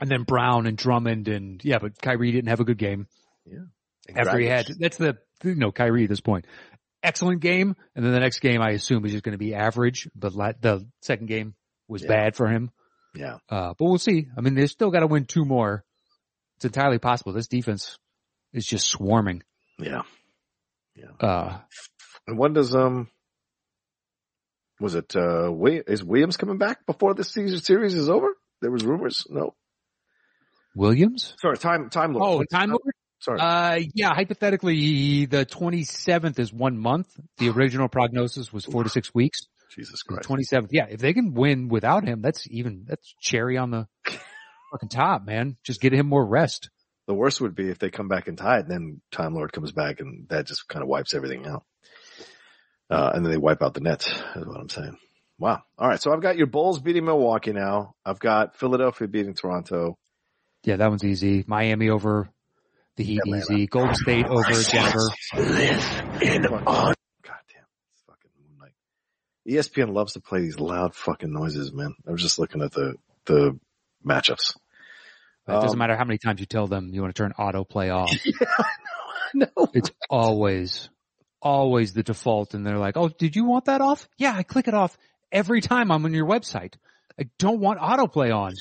[SPEAKER 2] And then Brown and Drummond and yeah, but Kyrie didn't have a good game. after he had
[SPEAKER 1] congratulations.
[SPEAKER 2] that's the you know Kyrie at this point. Excellent game, and then the next game I assume is just going to be average. But la- the second game was
[SPEAKER 1] Yeah.
[SPEAKER 2] bad for him.
[SPEAKER 1] yeah,
[SPEAKER 2] Uh, but we'll see. I mean, they still got to win two more. It's entirely possible. This defense is just swarming.
[SPEAKER 1] yeah.
[SPEAKER 2] Uh,
[SPEAKER 1] And when does um, was it uh, William, is Williams coming back before this season series is over? There was rumors. No,
[SPEAKER 2] Williams.
[SPEAKER 1] sorry, time time. Lord.
[SPEAKER 2] Oh, time. over?
[SPEAKER 1] sorry.
[SPEAKER 2] Uh, yeah. Hypothetically, the twenty seventh is one month. The original prognosis was four to six weeks.
[SPEAKER 1] Jesus
[SPEAKER 2] the
[SPEAKER 1] Christ.
[SPEAKER 2] 27th. Yeah, if they can win without him, that's even that's cherry on the fucking top, man. Just get him more rest.
[SPEAKER 1] The worst would be if they come back and tie it, and then Time Lord comes back, and that just kind of wipes everything out. Uh, and then they wipe out the Nets, is what I'm saying. Wow. All right. So I've got your Bulls beating Milwaukee now. I've got Philadelphia beating Toronto.
[SPEAKER 2] Yeah, that one's easy. Miami over the Heat, easy. Golden State over Denver.
[SPEAKER 4] Live in
[SPEAKER 1] Fucking-
[SPEAKER 4] on.
[SPEAKER 1] God damn. It's fucking Moon E Knight. ESPN loves to play these loud fucking noises, man. I was just looking at the, the matchups.
[SPEAKER 2] It doesn't
[SPEAKER 1] Um,
[SPEAKER 2] matter how many times you tell them you want to turn auto play off.
[SPEAKER 1] No.
[SPEAKER 2] It's always, always the default. And they're like, Oh, did you want that off? Yeah, I click it off every time I'm on your website. I don't want autoplay on.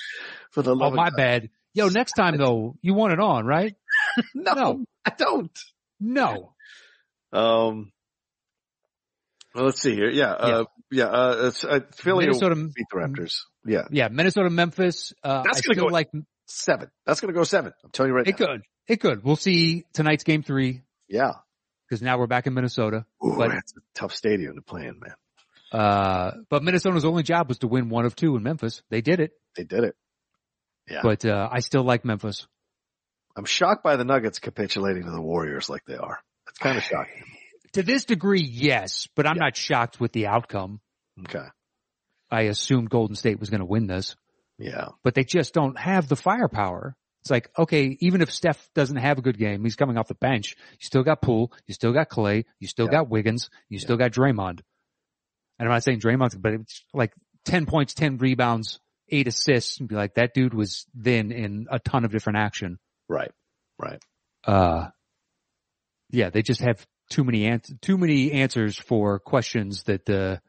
[SPEAKER 1] For the
[SPEAKER 2] Oh,
[SPEAKER 1] love
[SPEAKER 2] my
[SPEAKER 1] of God.
[SPEAKER 2] bad. Yo, next time though, you want it on, right?
[SPEAKER 1] No,
[SPEAKER 2] No.
[SPEAKER 1] I don't.
[SPEAKER 2] No.
[SPEAKER 1] Um, well, let's see here. Yeah. Uh, yeah. uh, it's, uh, Philly will
[SPEAKER 2] Minnesota,
[SPEAKER 1] beat the Raptors. Yeah.
[SPEAKER 2] yeah, Minnesota, Memphis. Uh,
[SPEAKER 1] That's
[SPEAKER 2] I
[SPEAKER 1] gonna
[SPEAKER 2] still
[SPEAKER 1] go-
[SPEAKER 2] like
[SPEAKER 1] Seven. That's going to go seven. I'm telling you right
[SPEAKER 2] it.
[SPEAKER 1] now.
[SPEAKER 2] Could it could? We'll see tonight's game three
[SPEAKER 1] Yeah.
[SPEAKER 2] because now we're back in Minnesota.
[SPEAKER 1] Ooh,
[SPEAKER 2] But-
[SPEAKER 1] that's a tough stadium to play in, man.
[SPEAKER 2] Uh, but Minnesota's only job was to win one of two in Memphis. They did it,
[SPEAKER 1] They did it. Yeah.
[SPEAKER 2] but uh, I still like Memphis.
[SPEAKER 1] I'm shocked by the Nuggets capitulating to the Warriors like they are. That's kind of shocking.
[SPEAKER 2] To this degree, yes, but I'm
[SPEAKER 1] Yeah.
[SPEAKER 2] not shocked with the outcome.
[SPEAKER 1] Okay.
[SPEAKER 2] I assumed Golden State was going to win this,
[SPEAKER 1] Yeah.
[SPEAKER 2] but they just don't have the firepower. It's like, okay, even if Steph doesn't have a good game, he's coming off the bench. You still got Poole, you still got Clay, you still
[SPEAKER 1] Yeah.
[SPEAKER 2] got Wiggins, you still got Draymond. And I'm not saying Draymond's, but it's like 10 points, 10 rebounds, eight assists and be like, that dude was then in a ton of different action.
[SPEAKER 1] Right.
[SPEAKER 2] uh, yeah, they just have too many ans- too many answers for questions that the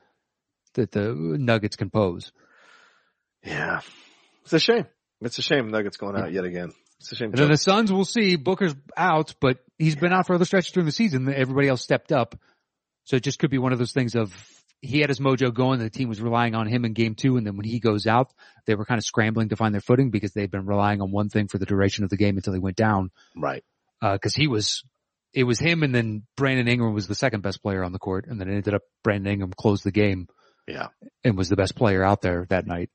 [SPEAKER 2] that the Nuggets can pose.
[SPEAKER 1] Yeah. It's a shame. It's a shame Nuggets going out yet again. It's a shame.
[SPEAKER 2] And then
[SPEAKER 1] Joe.
[SPEAKER 2] the Suns, we'll see. Booker's out, but he's been out for other stretches during the season. Everybody else stepped up, so it just could be one of those things of he had his mojo going. The team was relying on him in game two, and then when he goes out, they were kind of scrambling to find their footing because they'd been relying on one thing for the duration of the game until he went down.
[SPEAKER 1] right.
[SPEAKER 2] because he was it was him and then Brandon Ingram was the second best player on the court and then it ended up Brandon Ingram closed the game
[SPEAKER 1] Yeah.
[SPEAKER 2] and was the best player out there that night.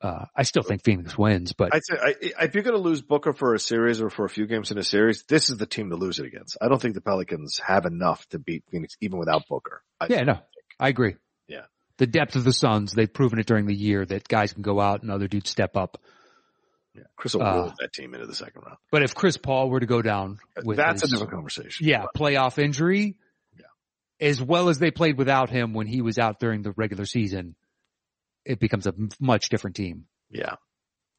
[SPEAKER 2] Uh, I still think Phoenix wins, but
[SPEAKER 1] I'd say I, I- if you're going to lose Booker for a series or for a few games in a series, this is the team to lose it against. I don't think the Pelicans have enough to beat Phoenix even without Booker. I,
[SPEAKER 2] yeah, no, I agree.
[SPEAKER 1] Yeah.
[SPEAKER 2] The depth of the Suns, they've proven it during the year that guys can go out and other dudes step up.
[SPEAKER 1] yeah. Chris will
[SPEAKER 2] Uh,
[SPEAKER 1] roll that team into the second round.
[SPEAKER 2] But if Chris Paul were to go down with
[SPEAKER 1] Uh, That's a
[SPEAKER 2] his,
[SPEAKER 1] different conversation.
[SPEAKER 2] yeah, playoff injury, as well as they played without him when he was out during the regular season, it becomes a m- much different team.
[SPEAKER 1] Yeah.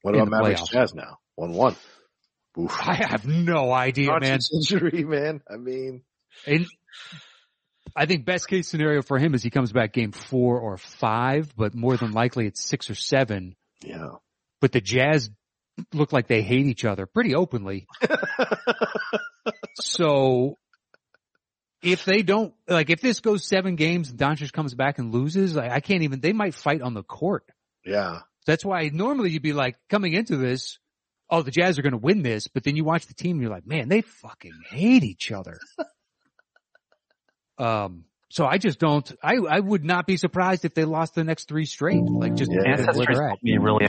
[SPEAKER 1] What
[SPEAKER 2] In
[SPEAKER 1] about
[SPEAKER 2] the
[SPEAKER 1] Mavericks
[SPEAKER 2] playoffs.
[SPEAKER 1] Jazz now? One one. Oof.
[SPEAKER 2] I have no idea, man.
[SPEAKER 1] Doncic's injury, man. I mean,
[SPEAKER 2] And I think best case scenario for him is he comes back game four or five, but more than likely it's six or seven.
[SPEAKER 1] yeah.
[SPEAKER 2] But the Jazz look like they hate each other pretty openly. So if they don't, like if this goes seven games and Doncic comes back and loses, I, I can't even, they might fight on the court.
[SPEAKER 1] yeah.
[SPEAKER 2] That's why normally you'd be like coming into this, oh, the Jazz are going to win this, but then you watch the team and you're like, man, they fucking hate each other. um, so I just don't, I, I would not be surprised if they lost the next three straight, like just
[SPEAKER 1] Yeah.
[SPEAKER 2] at where they're at.
[SPEAKER 5] me really.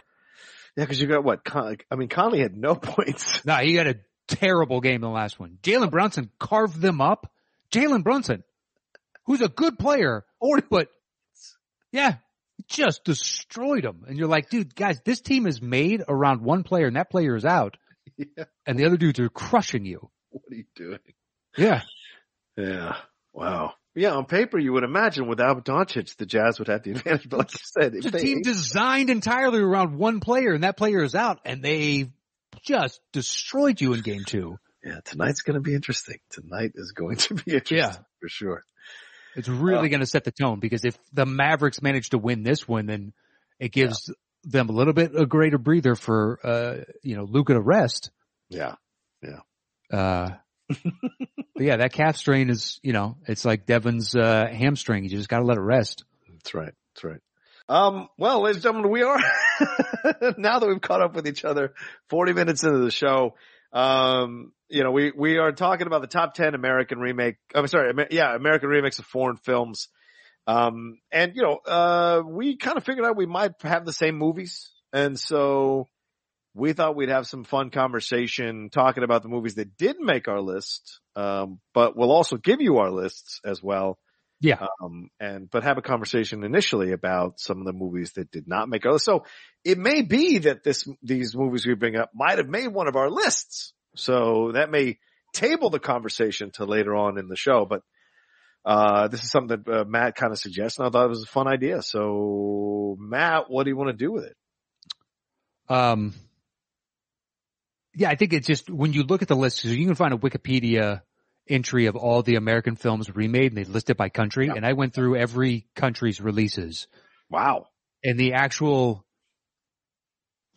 [SPEAKER 1] Yeah, because you got what? Con- I mean, Conley had no points.
[SPEAKER 2] No, he had a terrible game in the last one. Jalen Brunson carved them up. Jalen Brunson, who's a good player, or but yeah, just destroyed them. And you're like, dude, guys, this team is made around one player, and that player is out,
[SPEAKER 1] Yeah.
[SPEAKER 2] and the other dudes are crushing you.
[SPEAKER 1] What are you doing?
[SPEAKER 2] Yeah,
[SPEAKER 1] Yeah. Wow. Yeah, on paper you would imagine without Doncic the Jazz would have the advantage, but like you said, if
[SPEAKER 2] it's a
[SPEAKER 1] they
[SPEAKER 2] team designed entirely around one player, and that player is out, and they just destroyed you in game two.
[SPEAKER 1] yeah, tonight's going to be interesting. Tonight is going to be interesting
[SPEAKER 2] Yeah.
[SPEAKER 1] for sure.
[SPEAKER 2] It's really going to set the tone because if the Mavericks manage to win this one, then it gives them a little bit a greater breather for uh, you know Luca to rest.
[SPEAKER 1] Yeah.
[SPEAKER 2] Uh, but yeah, that calf strain is you know it's like Devin's uh, hamstring. You just got to let it rest.
[SPEAKER 1] That's right. That's right. Um, well, ladies and gentlemen, we are now that we've caught up with each other 40 minutes into the show. Um, you know, we, we are talking about the top 10 American remake. I'm sorry. Amer- Yeah. American remakes of foreign films. Um, and you know, uh, we kind of figured out we might have the same movies. And so we thought we'd have some fun conversation talking about the movies that did make our list, um, but we'll also give you our lists as well.
[SPEAKER 2] Yeah.
[SPEAKER 1] Um, and, but have a conversation initially about some of the movies that did not make our list. So it may be that this, these movies we bring up might have made one of our lists. So that may table the conversation to later on in the show, but, uh, this is something that uh, Matt kind of suggests and I thought it was a fun idea. So Matt, what do you want to do with it?
[SPEAKER 2] Um, yeah, I think it's just when you look at the list, 'cause you can find a Wikipedia entry of all the American films remade and they list it by country.
[SPEAKER 1] Yeah.
[SPEAKER 2] And I went through every country's releases
[SPEAKER 1] Wow.
[SPEAKER 2] and the actual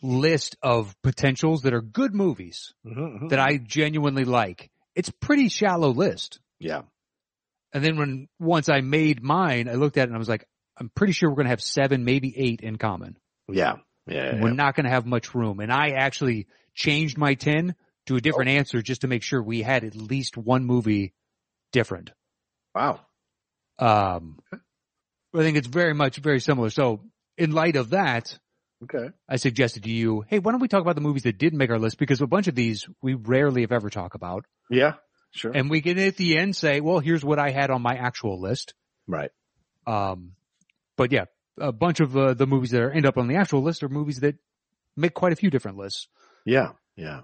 [SPEAKER 2] list of potentials that are good movies
[SPEAKER 1] Mhm, mhm.
[SPEAKER 2] that I genuinely like. It's pretty shallow list.
[SPEAKER 1] Yeah.
[SPEAKER 2] And then when once I made mine, I looked at it and I was like, I'm pretty sure we're going to have seven, maybe eight in common.
[SPEAKER 1] Yeah. Yeah.
[SPEAKER 2] We're not going to have much room. And I actually changed my 10 to a
[SPEAKER 1] Oh.
[SPEAKER 2] different answer just to make sure we had at least one movie different.
[SPEAKER 1] Wow.
[SPEAKER 2] Um, I think it's very much very similar. So in light of that,
[SPEAKER 1] Okay.
[SPEAKER 2] I suggested to you, hey, why don't we talk about the movies that did make our list? Because a bunch of these we rarely have ever talk about.
[SPEAKER 1] Yeah. Sure.
[SPEAKER 2] And we can at the end say, well, here's what I had on my actual list.
[SPEAKER 1] right.
[SPEAKER 2] Um, but yeah, a bunch of uh, the movies that are, end up on the actual list are movies that make quite a few different lists.
[SPEAKER 1] Yeah. Yeah.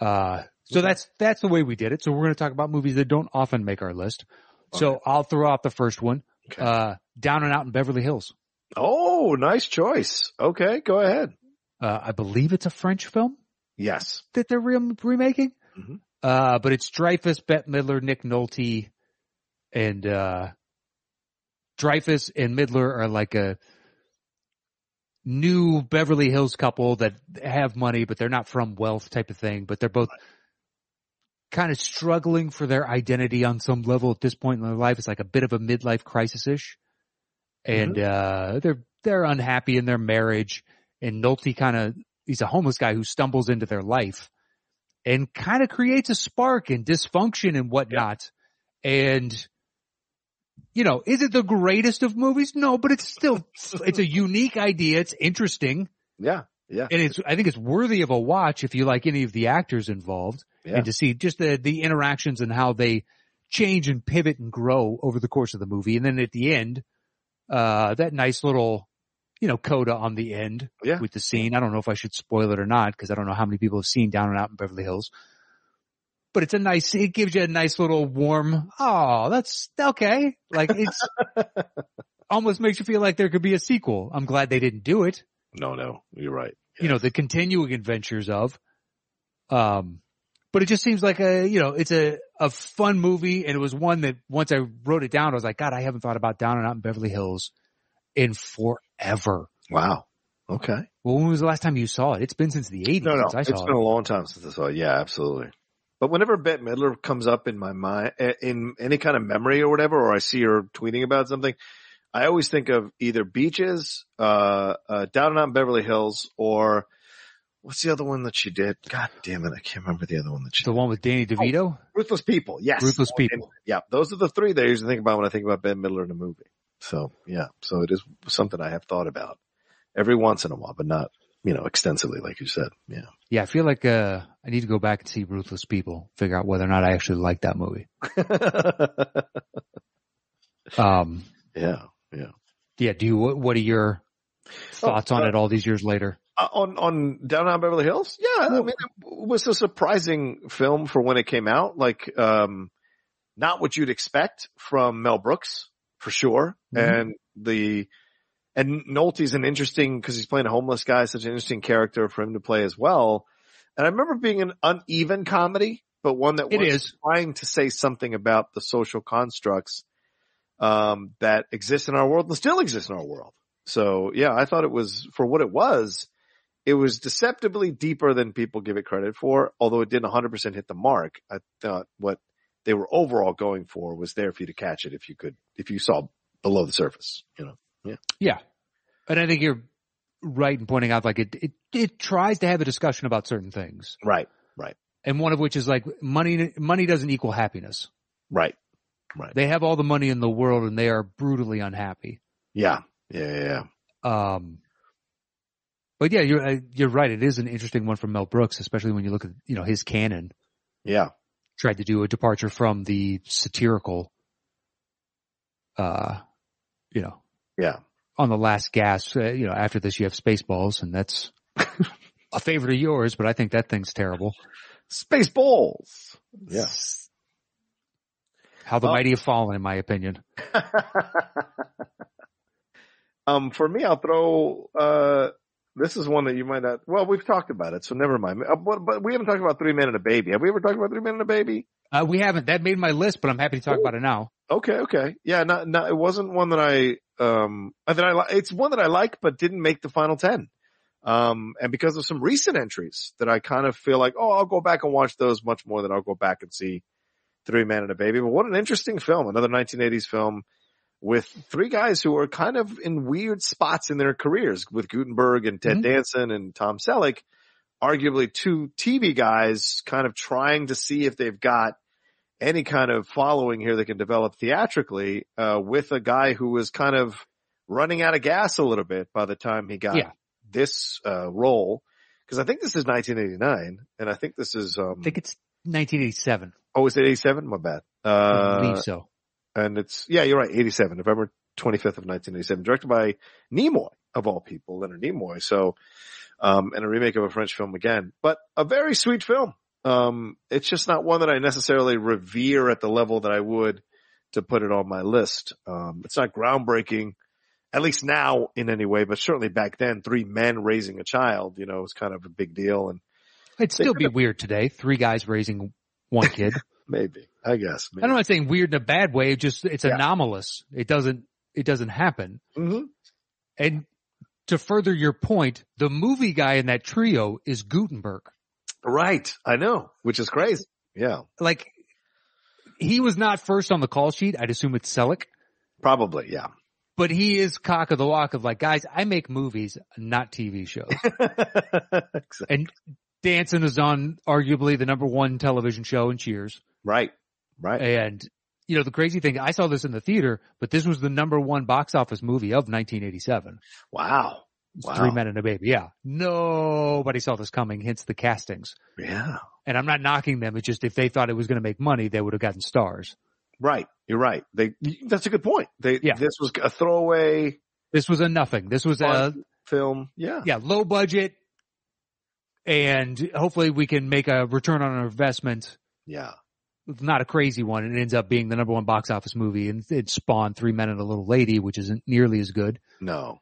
[SPEAKER 2] Uh, so that's, that's the way we did it. So we're going to talk about movies that don't often make our list. So
[SPEAKER 1] Okay.
[SPEAKER 2] I'll throw out the first one,
[SPEAKER 1] Okay.
[SPEAKER 2] uh, Down and Out in Beverly Hills.
[SPEAKER 1] Oh, nice choice. Okay. Go ahead.
[SPEAKER 2] Uh, I believe it's a French film.
[SPEAKER 1] Yes.
[SPEAKER 2] that they're re- remaking.
[SPEAKER 1] Mhm.
[SPEAKER 2] Uh, but it's Dreyfus, Bette Midler, Nick Nolte, and uh, Dreyfus and Midler are like a new Beverly Hills couple that have money, but they're not from wealth type of thing. But they're both kind of struggling for their identity on some level at this point in their life. It's like a bit of a midlife crisis ish, and uh, they're they're unhappy in their marriage. And Nolte kind of he's a homeless guy who stumbles into their life and kind of creates a spark and dysfunction and whatnot. And you know, is it the greatest of movies? No, but it's still it's a unique idea. It's interesting.
[SPEAKER 1] Yeah. Yeah.
[SPEAKER 2] And it's I think it's worthy of a watch if you like any of the actors involved
[SPEAKER 1] Yeah.
[SPEAKER 2] and to see just the the interactions and how they change and pivot and grow over the course of the movie. And then at the end, uh that nice little you know, coda on the end
[SPEAKER 1] Yeah.
[SPEAKER 2] with the scene. I don't know if I should spoil it or not because I don't know how many people have seen Down and Out in Beverly Hills. But it's a nice, it gives you a nice little warm, oh, that's okay. Like it's almost makes you feel like there could be a sequel. I'm glad they didn't do it.
[SPEAKER 1] No, no, you're right.
[SPEAKER 2] You know, the continuing adventures of, um, but it just seems like a, you know, it's a, a fun movie. And it was one that once I wrote it down, I was like, God, I haven't thought about Down and Out in Beverly Hills in forever.
[SPEAKER 1] Wow. Okay.
[SPEAKER 2] Well, when was the last time you saw it? It's been since the 80s
[SPEAKER 1] No, no,
[SPEAKER 2] since I
[SPEAKER 1] it's
[SPEAKER 2] saw
[SPEAKER 1] been a long time since I saw it. Yeah, absolutely. But whenever Bette Midler comes up in my mind, in any kind of memory or whatever, or I see her tweeting about something, I always think of either Beaches, uh, uh, Down and Out in Beverly Hills, or what's the other one that she did? God damn it. I can't remember the other one that she
[SPEAKER 2] it. The one with
[SPEAKER 1] Oh.
[SPEAKER 2] Danny DeVito?
[SPEAKER 1] Ruthless People. Yes.
[SPEAKER 2] Ruthless People.
[SPEAKER 1] Yeah. Those are the three that I usually think about when I think about Ben Midler in a movie. So yeah. So it is something I have thought about every once in a while, but not, you know, extensively, like you said. Yeah.
[SPEAKER 2] Yeah, I feel like uh I need to go back and see Ruthless People, figure out whether or not I actually like that movie. Um
[SPEAKER 1] yeah.
[SPEAKER 2] yeah, do you what, what are your thoughts on
[SPEAKER 1] uh,
[SPEAKER 2] it all these years later?
[SPEAKER 1] Uh, on, on Down on Beverly Hills. Yeah. I mean, it was a surprising film for when it came out. Like, um, not what you'd expect from Mel Brooks for sure.
[SPEAKER 2] Mhm.
[SPEAKER 1] And the, and Nolte's an interesting because he's playing a homeless guy, such an interesting character for him to play as well. And I remember it being an uneven comedy, but one that
[SPEAKER 2] It
[SPEAKER 1] was
[SPEAKER 2] is.
[SPEAKER 1] trying to say something about the social constructs um, that exist in our world and still exist in our world. So yeah, I thought it was for what it was. It was deceptively deeper than people give it credit for, although it didn't 100% hit the mark. I thought what they were overall going for was there for you to catch it if you could, if you saw below the surface, you know.
[SPEAKER 2] Yeah. And I think you're right in pointing out like it it, it tries to have a discussion about certain things.
[SPEAKER 1] Right.
[SPEAKER 2] And one of which is like money money doesn't equal happiness.
[SPEAKER 1] Right.
[SPEAKER 2] They have all the money in the world and they are brutally unhappy.
[SPEAKER 1] Yeah. Yeah. Yeah.
[SPEAKER 2] Um, But yeah, you're uh, you're right. It is an interesting one from Mel Brooks, especially when you look at you know his canon.
[SPEAKER 1] Yeah.
[SPEAKER 2] Tried to do a departure from the satirical, uh, you know,
[SPEAKER 1] Yeah.
[SPEAKER 2] on the last gas. Uh, you know, after this, you have Spaceballs, and that's a favorite of yours. But I think that thing's terrible.
[SPEAKER 1] Spaceballs. Yeah.
[SPEAKER 2] How the
[SPEAKER 1] Well-
[SPEAKER 2] mighty have fallen, in my opinion.
[SPEAKER 1] um, for me, I'll throw, uh, this is one that you might not, well, we've talked about it, so never mind. Uh, But, but we haven't talked about Three Men and a Baby. Have we ever talked about Three Men and a Baby?
[SPEAKER 2] Uh, we haven't. That made my list, but I'm happy to talk about it now.
[SPEAKER 1] Okay. Okay. Yeah. Not, not, it wasn't one that I, um, that I, li- it's one that I like, but didn't make the final 10. Um, and because of some recent entries that I kind of feel like, oh, I'll go back and watch those much more than I'll go back and see Three Men and a Baby. But what an interesting film. Another 1980s film with three guys who are kind of in weird spots in their careers with Gutenberg and Ted
[SPEAKER 2] Mhm.
[SPEAKER 1] Danson and Tom Selleck, arguably two TV guys kind of trying to see if they've got any kind of following here that can develop theatrically, uh, with a guy who was kind of running out of gas a little bit by the time he got
[SPEAKER 2] Yeah.
[SPEAKER 1] this, uh, role. Cause I think this is 1989 and I think this is, um,
[SPEAKER 2] I think it's 1987.
[SPEAKER 1] oh, is it 87? My bad.
[SPEAKER 2] I
[SPEAKER 1] Uh,
[SPEAKER 2] believe so.
[SPEAKER 1] and it's yeah, you're right, 87, November 25th of 1987, directed by Nimoy of all people, Leonard Nimoy. So, um, and a remake of a French film again, but a very sweet film. Um, it's just not one that I necessarily revere at the level that I would to put it on my list. Um, it's not groundbreaking, at least now in any way, but certainly back then, three men raising a child, you know, was kind of a big deal and
[SPEAKER 2] It'd still be weird today. Three guys raising one kid.
[SPEAKER 1] maybe, I guess. Maybe.
[SPEAKER 2] I'm not saying weird in a bad way. It just it's
[SPEAKER 1] Yeah.
[SPEAKER 2] anomalous. It doesn't it doesn't happen.
[SPEAKER 1] Mhm.
[SPEAKER 2] And to further your point, the movie guy in that trio is Gutenberg.
[SPEAKER 1] Right. I know, which is crazy. Yeah,
[SPEAKER 2] Like he was not first on the call sheet. I'd assume it's Selleck,
[SPEAKER 1] probably. Yeah.
[SPEAKER 2] but he is cock of the walk of like, guys, I make movies, not TV shows.
[SPEAKER 1] Exactly.
[SPEAKER 2] Danson is on arguably the number one television show in Cheers.
[SPEAKER 1] Right. Right.
[SPEAKER 2] And you know, the crazy thing, I saw this in the theater, but this was the number one box office movie of 1987.
[SPEAKER 1] Wow.
[SPEAKER 2] It's
[SPEAKER 1] Wow.
[SPEAKER 2] Three Men and a Baby. Yeah. Nobody saw this coming, hence the castings.
[SPEAKER 1] Yeah.
[SPEAKER 2] And I'm not knocking them. It's just if they thought it was going to make money, they would have gotten stars.
[SPEAKER 1] Right. You're right. They, that's a good point. They,
[SPEAKER 2] Yeah.
[SPEAKER 1] this was a throwaway
[SPEAKER 2] This was a nothing. This was a,
[SPEAKER 1] film. Yeah.
[SPEAKER 2] yeah, low budget. And hopefully we can make a return on our investment.
[SPEAKER 1] Yeah.
[SPEAKER 2] Not a crazy one. It ends up being the number one box office movie and it spawned Three Men and a Little Lady, which isn't nearly as good.
[SPEAKER 1] No.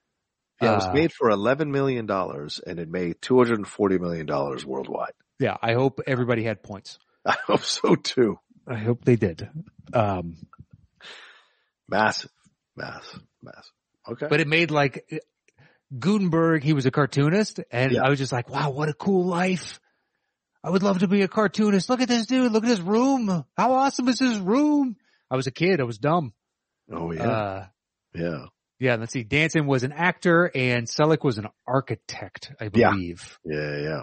[SPEAKER 1] Yeah. it was
[SPEAKER 2] Uh,
[SPEAKER 1] made for $11 million and it made $240 million worldwide.
[SPEAKER 2] Yeah. I hope everybody had points.
[SPEAKER 1] I hope so too.
[SPEAKER 2] I hope they did. Um,
[SPEAKER 1] Massive, massive, massive. Okay.
[SPEAKER 2] but it made like Gutenberg, he was a cartoonist and
[SPEAKER 1] Yeah.
[SPEAKER 2] I was just like, wow, what a cool life. I would love to be a cartoonist. Look at this dude. Look at his room. How awesome is his room? I was a kid. I was dumb.
[SPEAKER 1] oh yeah.
[SPEAKER 2] Uh,
[SPEAKER 1] yeah.
[SPEAKER 2] yeah. Let's see. Danson was an actor and Selleck was an architect, I
[SPEAKER 1] Yeah.
[SPEAKER 2] believe.
[SPEAKER 1] Yeah. Yeah.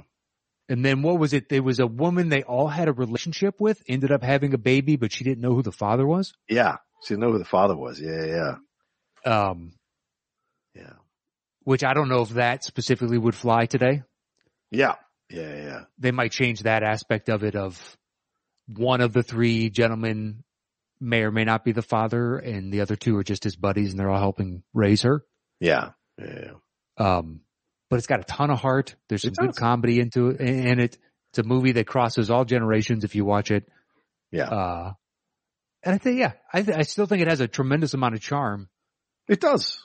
[SPEAKER 2] And then what was it? There was a woman they all had a relationship with, ended up having a baby, but she didn't know who the father was.
[SPEAKER 1] Yeah. So you know who the father was. Yeah. Yeah.
[SPEAKER 2] Um,
[SPEAKER 1] Yeah.
[SPEAKER 2] which I don't know if that specifically would fly today.
[SPEAKER 1] Yeah. Yeah. Yeah.
[SPEAKER 2] they might change that aspect of it of one of the three gentlemen may or may not be the father and the other two are just his buddies and they're all helping raise her.
[SPEAKER 1] Yeah. Yeah. yeah.
[SPEAKER 2] Um, but it's got a ton of heart. There's some
[SPEAKER 1] It
[SPEAKER 2] good
[SPEAKER 1] does.
[SPEAKER 2] comedy into it and it, it's a movie that crosses all generations if you watch it.
[SPEAKER 1] Yeah.
[SPEAKER 2] Uh, and I think, yeah, I, th- I still think it has a tremendous amount of charm.
[SPEAKER 1] It does,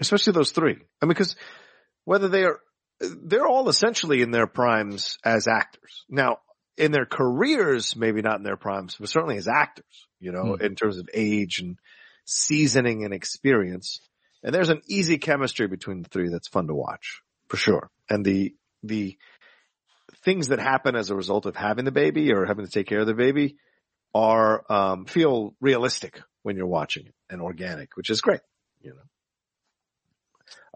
[SPEAKER 1] especially those three. I mean, because whether they are, they're all essentially in their primes as actors. Now, in their careers, maybe not in their primes, but certainly as actors, you know, in terms of age and seasoning and experience. And there's an easy chemistry between the three that's fun to watch for sure. And the, the things that happen as a result of having the baby or having to take care of the baby are, um, feel realistic when you're watching it and organic, which is great you know.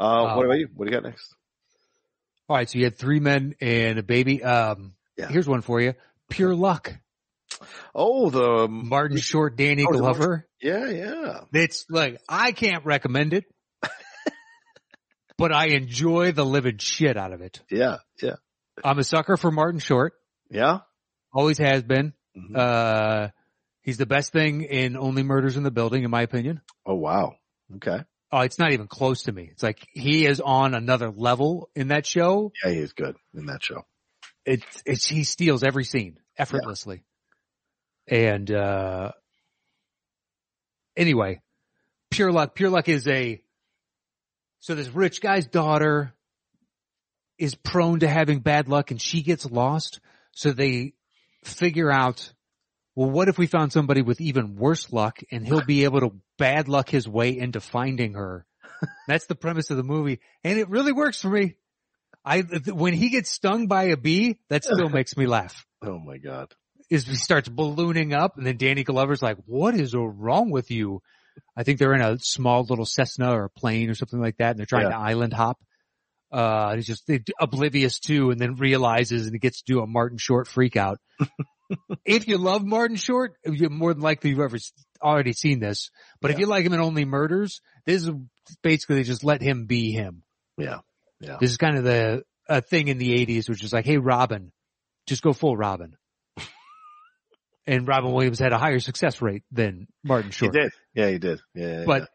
[SPEAKER 1] Uh,
[SPEAKER 2] Uh,
[SPEAKER 1] what about you? What do you got next?
[SPEAKER 2] All right. So you had three men and a baby. Um,
[SPEAKER 1] Yeah.
[SPEAKER 2] here's one for you. Pure luck.
[SPEAKER 1] Oh, the
[SPEAKER 2] Martin Short, Danny
[SPEAKER 1] Oh, the Martin-
[SPEAKER 2] Glover.
[SPEAKER 1] yeah, yeah,
[SPEAKER 2] It's like I can't recommend it. but I enjoy the living shit out of it.
[SPEAKER 1] Yeah. Yeah.
[SPEAKER 2] I'm a sucker for Martin Short.
[SPEAKER 1] Yeah.
[SPEAKER 2] Always has been.
[SPEAKER 1] Mhm.
[SPEAKER 2] Uh, he's the best thing in Only Murders in the Building, in my opinion.
[SPEAKER 1] oh wow. Okay.
[SPEAKER 2] Oh, it's not even close to me. It's like he is on another level in that show.
[SPEAKER 1] Yeah, he's good in that show.
[SPEAKER 2] It's, it's, he steals every scene effortlessly. And, uh, anyway, Pure Luck, Pure Luck is a, so this rich guy's daughter is prone to having bad luck and she gets lost. So they figure out, well, what if we found somebody with even worse luck and he'll be able to bad luck his way into finding her? That's the premise of the movie. And it really works for me. I, th- when he gets stung by a bee, that still makes me laugh
[SPEAKER 1] Oh my god.
[SPEAKER 2] is he starts ballooning up and then Danny Glover's like, what is wrong with you? I think they're in a small little Cessna or a plane or something like that. And they're trying
[SPEAKER 1] Yeah.
[SPEAKER 2] to island hop. Uh, he's just oblivious to and then realizes and he gets to do a Martin Short freak out. if you love Martin Short, you're more than likely you've ever s- already seen this, but if
[SPEAKER 1] Yeah.
[SPEAKER 2] you like him in Only Murders, this is basically just let him be him.
[SPEAKER 1] Yeah. Yeah.
[SPEAKER 2] This is kind of the a thing in the '80s, which is like, "Hey, Robin, just go full Robin." and Robin Williams had a higher success rate than Martin Short,
[SPEAKER 1] He did. Yeah, he did. Yeah. yeah,
[SPEAKER 2] but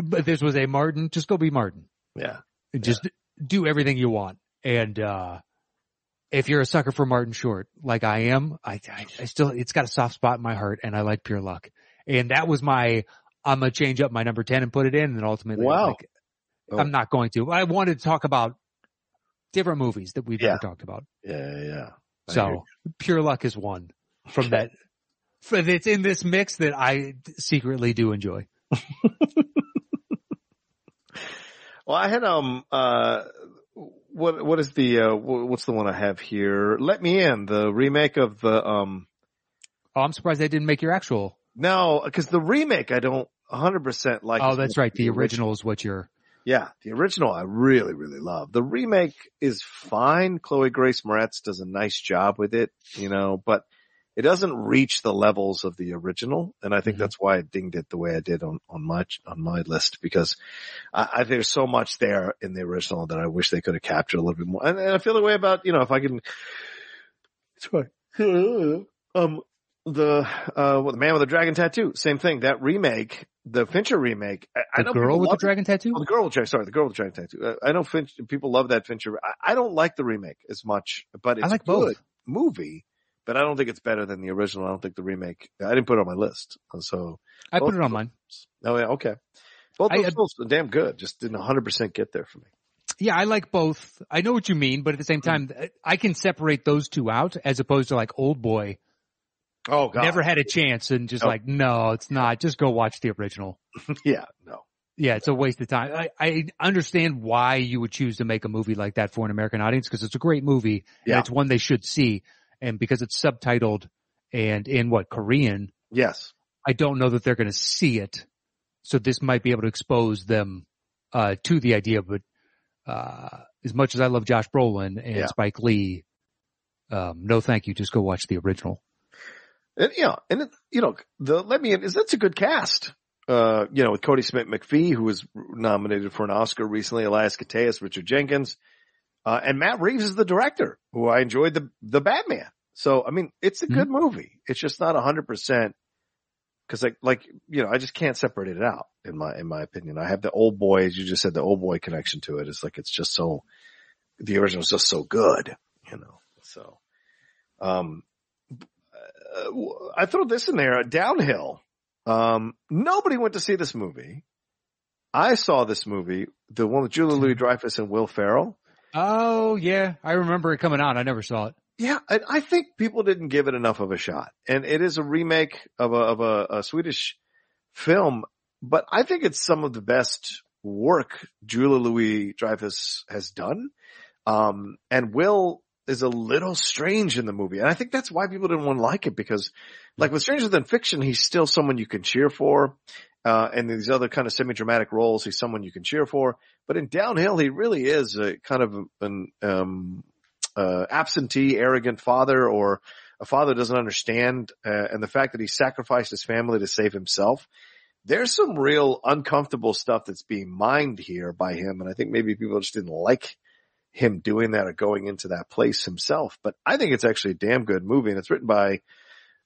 [SPEAKER 2] but this was a Martin. Just go be Martin.
[SPEAKER 1] yeah.
[SPEAKER 2] And Just do everything you want. And uh if you're a sucker for Martin Short, like I am, I, I, I still it's got a soft spot in my heart, and I like Pure Luck. And that was my I'm gonna change up my number ten and put it in, and ultimately,
[SPEAKER 1] Wow.
[SPEAKER 2] like,
[SPEAKER 1] Oh.
[SPEAKER 2] I'm not going to. I wanted to talk about different movies that we've
[SPEAKER 1] Yeah.
[SPEAKER 2] never talked about.
[SPEAKER 1] Yeah. Yeah. yeah. I hear you.
[SPEAKER 2] So Pure Luck is one from that. For that's in this mix that I secretly do enjoy.
[SPEAKER 1] Well, I had um uh what what is the uh wh- what's the one I have here? Let me in the remake of the um
[SPEAKER 2] Oh, I'm surprised they didn't make your actual.
[SPEAKER 1] no because the remake I don't 100 percent like.
[SPEAKER 2] Oh, that's right. The original is what you're.
[SPEAKER 1] Yeah, the original I really really love. The remake is fine. Chloe Grace Moretz does a nice job with it, you know, but it doesn't reach the levels of the original, and I think
[SPEAKER 2] Mhm.
[SPEAKER 1] that's why I dinged it the way I did on on my on my list because I, I there's so much there in the original that I wish they could have captured a little bit more. And, and I feel the way about you know if I can, sorry, um, the uh, well, the man with the dragon tattoo, same thing. That remake, the Fincher remake, I, I
[SPEAKER 2] The
[SPEAKER 1] know
[SPEAKER 2] girl
[SPEAKER 1] people
[SPEAKER 2] with the
[SPEAKER 1] love it.
[SPEAKER 2] dragon tattoo.
[SPEAKER 1] Oh, the girl with the dragon. Sorry, the girl with the dragon tattoo. Uh, I know Finch, people love that Fincher. I, I don't like the remake as much, but it's
[SPEAKER 2] I like
[SPEAKER 1] a good
[SPEAKER 2] both.
[SPEAKER 1] movie. But I don't think it's better than the original. I don't think the remake. I didn't put it on my list. So,
[SPEAKER 2] I
[SPEAKER 1] both
[SPEAKER 2] put it
[SPEAKER 1] of
[SPEAKER 2] on mine.
[SPEAKER 1] oh yeah, okay. Both
[SPEAKER 2] I-
[SPEAKER 1] those films were damn good. Just didn't 100 percent get there for me.
[SPEAKER 2] Yeah, I like both. I know what you mean, but at the same
[SPEAKER 1] Mm.
[SPEAKER 2] time, I can separate those two out as opposed to like Old Boy.
[SPEAKER 1] Oh god,
[SPEAKER 2] Never had a chance and just
[SPEAKER 1] Nope.
[SPEAKER 2] like, no, it's not. Just go watch the original.
[SPEAKER 1] yeah, no.
[SPEAKER 2] Yeah, it's a waste of time. I, I understand why you would choose to make a movie like that for an American audience because it's a great movie
[SPEAKER 1] Yeah.
[SPEAKER 2] and it's one they should see. And because it's subtitled and in what Korean,
[SPEAKER 1] Yes,
[SPEAKER 2] I don't know that they're going to see it. So this might be able to expose them, uh, to the idea. But, uh, as much as I love Josh Brolin and
[SPEAKER 1] Yeah.
[SPEAKER 2] Spike Lee, um, no thank you. Just go watch the original.
[SPEAKER 1] and you know, and it, you know, the let me in is that's a good cast. Uh, you know, with Cody Smith McPhee, who was nominated for an Oscar recently, Elias Koteas, Richard Jenkins, uh, and Matt Reeves is the director, who I enjoyed the the Batman. So I mean, it's a good movie. It's just not hundred percent because like like you know, I just can't separate it out in my in my opinion. I have the old boy, as you just said, the old boy connection to it. It's like it's just so the original is just so good, you know. So, um, uh, I throw this in there. Downhill. Um, nobody went to see this movie. I saw this movie, the one with Julia Louis Dreyfus and Will Ferrell.
[SPEAKER 2] Oh yeah. I remember it coming out. I never saw it.
[SPEAKER 1] Yeah, and I think people didn't give it enough of a shot. And it is a remake of a of a, a Swedish film, but I think it's some of the best work Julia Louis Dreyfus has done. Um, and Will is a little strange in the movie, and I think that's why people didn't want to like it because, like with Stranger Than Fiction, he's still someone you can cheer for. Uh, and these other kind of semi-dramatic roles, he's someone you can cheer for. But in Downhill, he really is a kind of an, um, uh, absentee, arrogant father or a father doesn't understand, uh, and the fact that he sacrificed his family to save himself there's some real uncomfortable stuff that's being mined here by him. And I think maybe people just didn't like him doing that or going into that place himself. But I think it's actually a damn good movie. And it's written by,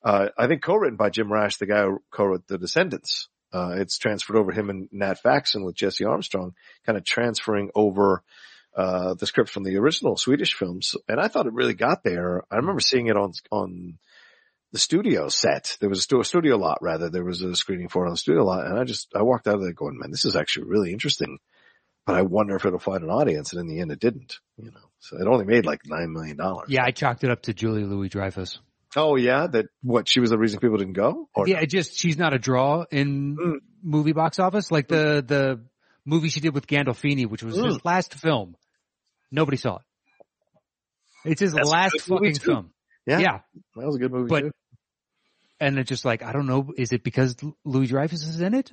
[SPEAKER 1] uh, I think co-written by Jim Rash, the guy who co-wrote The Descendants. Uh, it's transferred over him and Nat Faxon with Jesse Armstrong kind of transferring over, uh, the script from the original Swedish films. And I thought it really got there. I remember seeing it on, on, the studio set. There was a studio, studio lot rather. There was a screening for it on the studio lot. And I just, I walked out of there going, man, this is actually really interesting, but I wonder if it'll find an audience. And in the end, it didn't, you know, so it only made like $9 million.
[SPEAKER 2] Yeah, I chalked it up to Julie Louis Dreyfus.
[SPEAKER 1] Oh yeah. That what she was the reason people didn't go or
[SPEAKER 2] yeah, it just she's not a draw in
[SPEAKER 1] Oh, Mm.
[SPEAKER 2] movie box office. Like the the movie she did with Gandolfini, which was
[SPEAKER 1] Mm.
[SPEAKER 2] his last film. Nobody saw it. It's his
[SPEAKER 1] That's a
[SPEAKER 2] last
[SPEAKER 1] good movie
[SPEAKER 2] fucking
[SPEAKER 1] too.
[SPEAKER 2] film.
[SPEAKER 1] Yeah.
[SPEAKER 2] yeah.
[SPEAKER 1] that was a good movie.
[SPEAKER 2] But-
[SPEAKER 1] too.
[SPEAKER 2] And it's just like, I don't know, is it because L- Louis Dreyfus is in it?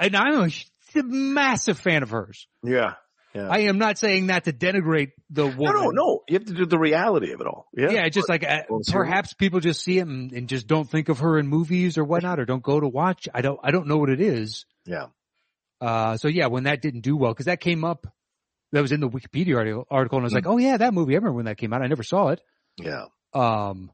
[SPEAKER 2] and I'm a sh- massive fan of hers.
[SPEAKER 1] yeah. Yeah.
[SPEAKER 2] I am not saying that to denigrate the woman.
[SPEAKER 1] no, no, no. You have to do the reality of it all. Yeah.
[SPEAKER 2] Yeah, it's just like uh,
[SPEAKER 1] Well, it's her-
[SPEAKER 2] perhaps people just see him and just don't think of her in movies or whatnot, or don't go to watch. I don't, I don't know what it is.
[SPEAKER 1] Yeah.
[SPEAKER 2] Uh, so yeah, when that didn't do well, because that came up, that was in the Wikipedia article, article and I was
[SPEAKER 1] Hmm.
[SPEAKER 2] like, oh yeah, that movie. I remember when that came out. I never saw it.
[SPEAKER 1] Yeah.
[SPEAKER 2] Um,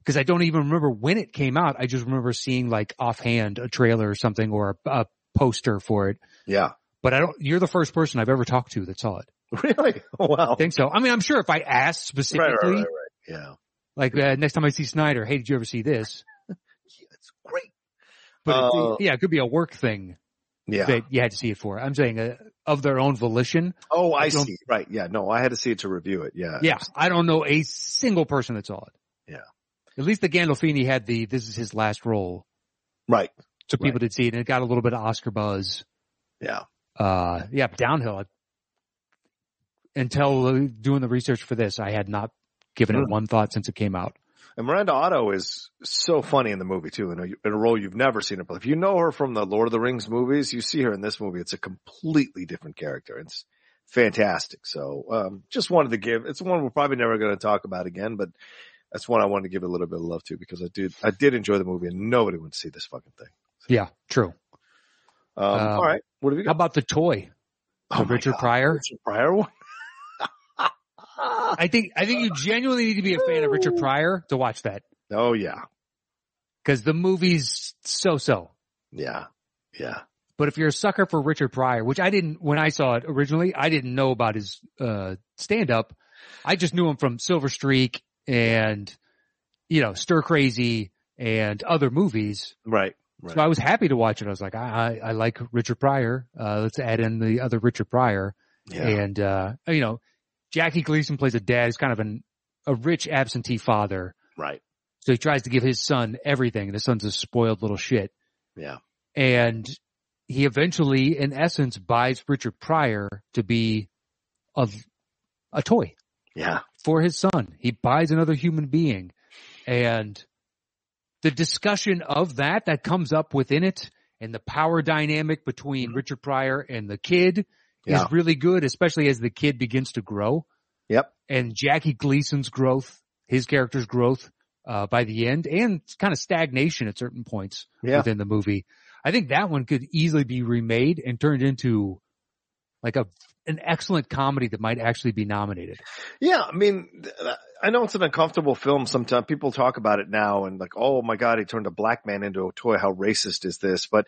[SPEAKER 2] because I don't even remember when it came out. I just remember seeing like offhand a trailer or something or a, a poster for it.
[SPEAKER 1] Yeah.
[SPEAKER 2] But I don't. You're the first person I've ever talked to that saw it.
[SPEAKER 1] Really? Oh, wow.
[SPEAKER 2] I think so. I mean, I'm sure if I asked
[SPEAKER 1] Right, right,
[SPEAKER 2] specifically,
[SPEAKER 1] right, right. Yeah.
[SPEAKER 2] like uh, next time I see Snyder, hey, did you ever see this?
[SPEAKER 1] Yeah, it's great.
[SPEAKER 2] But it's-
[SPEAKER 1] Uh,
[SPEAKER 2] yeah, it could be a work thing
[SPEAKER 1] Yeah.
[SPEAKER 2] that you had to see it for. I'm saying uh, of their own volition.
[SPEAKER 1] oh, I,
[SPEAKER 2] I don't-
[SPEAKER 1] see. Right. Yeah. No, I had to see it to review it. Yeah.
[SPEAKER 2] Yeah, I don't know a single person that saw it.
[SPEAKER 1] Uh, Yeah.
[SPEAKER 2] At least the Gandolfini had the this is his last role,
[SPEAKER 1] Right.
[SPEAKER 2] so people
[SPEAKER 1] Right.
[SPEAKER 2] did see it, and it got a little bit of Oscar buzz.
[SPEAKER 1] Yeah.
[SPEAKER 2] Uh, yeah, downhill. Until uh, doing the research for this, I had not given it
[SPEAKER 1] Mm.
[SPEAKER 2] one thought since it came out.
[SPEAKER 1] And Miranda Otto is so funny in the movie too, in a, in a role you've never seen her play. If you know her from the Lord of the Rings movies, you see her in this movie. It's a completely different character. It's fantastic. So, um, just wanted to give, it's one we're probably never going to talk about again, but that's one I wanted to give a little bit of love to because I did, I did enjoy the movie and nobody went to see this fucking thing.
[SPEAKER 2] Yeah, true.
[SPEAKER 1] Um,
[SPEAKER 2] Um,
[SPEAKER 1] all right. What have you
[SPEAKER 2] How
[SPEAKER 1] got?
[SPEAKER 2] about the toy, the
[SPEAKER 1] Oh my
[SPEAKER 2] Richard
[SPEAKER 1] God,
[SPEAKER 2] Pryor?
[SPEAKER 1] Richard Pryor one.
[SPEAKER 2] I think I think you genuinely need to be a fan of Richard
[SPEAKER 1] Woo.
[SPEAKER 2] Pryor to watch that
[SPEAKER 1] Oh yeah.
[SPEAKER 2] because the movie's so so.
[SPEAKER 1] Yeah. Yeah.
[SPEAKER 2] But if you're a sucker for Richard Pryor, which I didn't when I saw it originally, I didn't know about his uh stand up. I just knew him from Silver Streak and you know, Stir Crazy and other movies.
[SPEAKER 1] Right. Right.
[SPEAKER 2] So I was happy to watch it. I was like, I I, I like Richard Pryor. Uh let's add in the other Richard Pryor.
[SPEAKER 1] yeah.
[SPEAKER 2] And uh you know, Jackie Gleason plays a dad who's kind of an a rich absentee father.
[SPEAKER 1] Right.
[SPEAKER 2] So he tries to give his son everything. and His son's a spoiled little shit.
[SPEAKER 1] Yeah.
[SPEAKER 2] And he eventually, in essence, buys Richard Pryor to be a, a toy
[SPEAKER 1] Yeah.
[SPEAKER 2] for his son. He buys another human being. And the discussion of that that comes up within it and the power dynamic between Richard Pryor and the kid
[SPEAKER 1] Mm-hmm. Yeah.
[SPEAKER 2] is really good, especially as the kid begins to grow.
[SPEAKER 1] Yep.
[SPEAKER 2] And Jackie Gleason's growth, his character's growth, uh, by the end and kind of stagnation at certain points
[SPEAKER 1] Yeah.
[SPEAKER 2] within the movie. I think that one could easily be remade and turned into like a, an excellent comedy that might actually be nominated.
[SPEAKER 1] Yeah, I mean, th- th- I know it's an uncomfortable film. Sometimes people talk about it now and like, oh my god, he turned a black man into a toy. How racist is this? But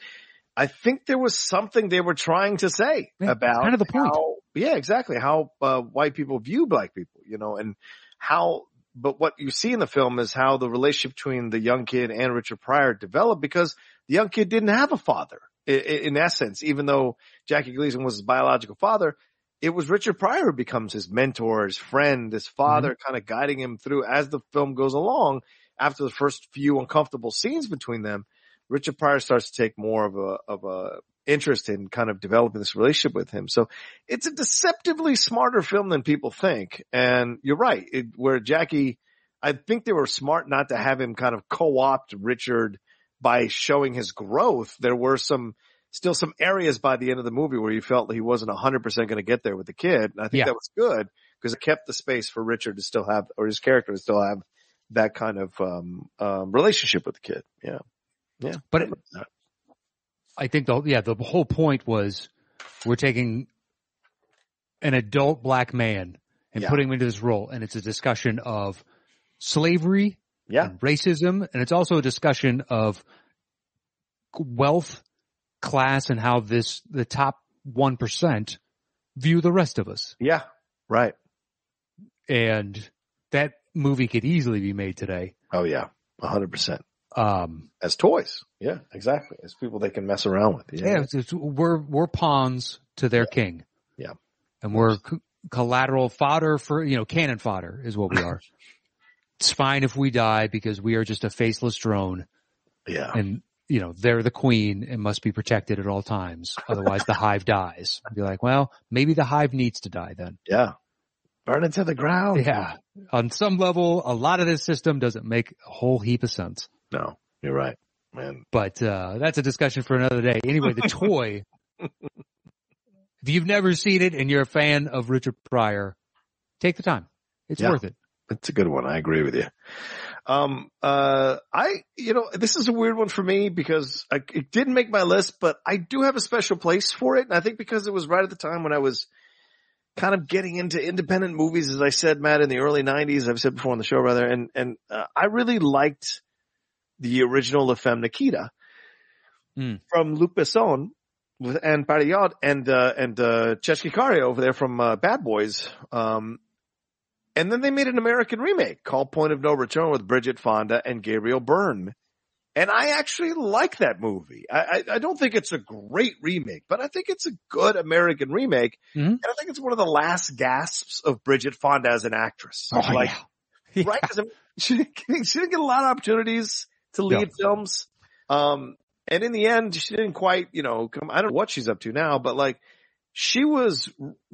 [SPEAKER 1] I think there was something they were trying to say
[SPEAKER 2] Yeah,
[SPEAKER 1] about
[SPEAKER 2] kind of the point.
[SPEAKER 1] how- yeah, exactly how uh, white people view black people, you know, and how. But what you see in the film is how the relationship between the young kid and Richard Pryor developed because the young kid didn't have a father. I- i- In essence, even though Jackie Gleason was his biological father, it was Richard Pryor who becomes his mentor, his friend, his father, kind of guiding him through as the film goes along. After the first few uncomfortable scenes between them, Richard Pryor starts to take more of a of a interest in kind of developing this relationship with him. So it's a deceptively smarter film than people think. And you're right, it, where Jackie, I think they were smart not to have him kind of co-opt Richard by showing his growth. There were some still some areas by the end of the movie where you felt that he wasn't 100% going to get there with the kid. And I think
[SPEAKER 2] Yeah.
[SPEAKER 1] that was good because it kept the space for Richard to still have, or his character to still have that kind of, um, um, relationship with the kid. Yeah.
[SPEAKER 2] But it, I think the yeah the whole point was we're taking an adult black man and
[SPEAKER 1] Yeah.
[SPEAKER 2] putting him into this role, and it's a discussion of slavery,
[SPEAKER 1] Yeah.
[SPEAKER 2] and racism, and it's also a discussion of wealth, class, and how this the top one percent view the rest of us.
[SPEAKER 1] Yeah. Right.
[SPEAKER 2] And that movie could easily be made today.
[SPEAKER 1] Oh yeah. A hundred percent.
[SPEAKER 2] Um,
[SPEAKER 1] As toys. Yeah, exactly. As people they can mess around with.
[SPEAKER 2] yeah, it's, it's, we're we're pawns to their king.
[SPEAKER 1] Yeah.
[SPEAKER 2] and we're c- collateral fodder for you know cannon fodder is what we are. it's fine if we die because we are just a faceless drone,
[SPEAKER 1] Yeah.
[SPEAKER 2] and you know they're the queen and must be protected at all times. Otherwise, the hive dies. Be like, well, maybe the hive needs to die then.
[SPEAKER 1] Yeah. Burn it to the ground.
[SPEAKER 2] Yeah, on some level, a lot of this system doesn't make a whole heap of sense.
[SPEAKER 1] No, you're right, man.
[SPEAKER 2] but uh, that's a discussion for another day. Anyway, the toy. if you've never seen it and you're a fan of Richard Pryor, take the time. It's
[SPEAKER 1] Yeah.
[SPEAKER 2] worth it.
[SPEAKER 1] That's a good one. I agree with you. Um, uh, I, you know, this is a weird one for me because I, it didn't make my list, but I do have a special place for it. And I think because it was right at the time when I was kind of getting into independent movies, as I said, Matt, in the early nineties, I've said before on the show rather. And, and, uh, I really liked the original La Femme Nikita
[SPEAKER 2] Mm.
[SPEAKER 1] from Luc Besson with Anne Parillard and, uh, and, uh, Chesky Karia over there from, uh, Bad Boys. Um, and then they made an American remake called Point of No Return with Bridget Fonda and Gabriel Byrne. And I actually like that movie. I, I, I don't think it's a great remake, but I think it's a good American remake.
[SPEAKER 2] Mhm.
[SPEAKER 1] And I think it's one of the last gasps of Bridget Fonda as an actress. Like,
[SPEAKER 2] Oh, yeah.
[SPEAKER 1] right? Because she, didn't get- she didn't get a lot of opportunities to lead films. Um, and in the end, she didn't quite, you know, come, I don't know what she's up to now, but like she was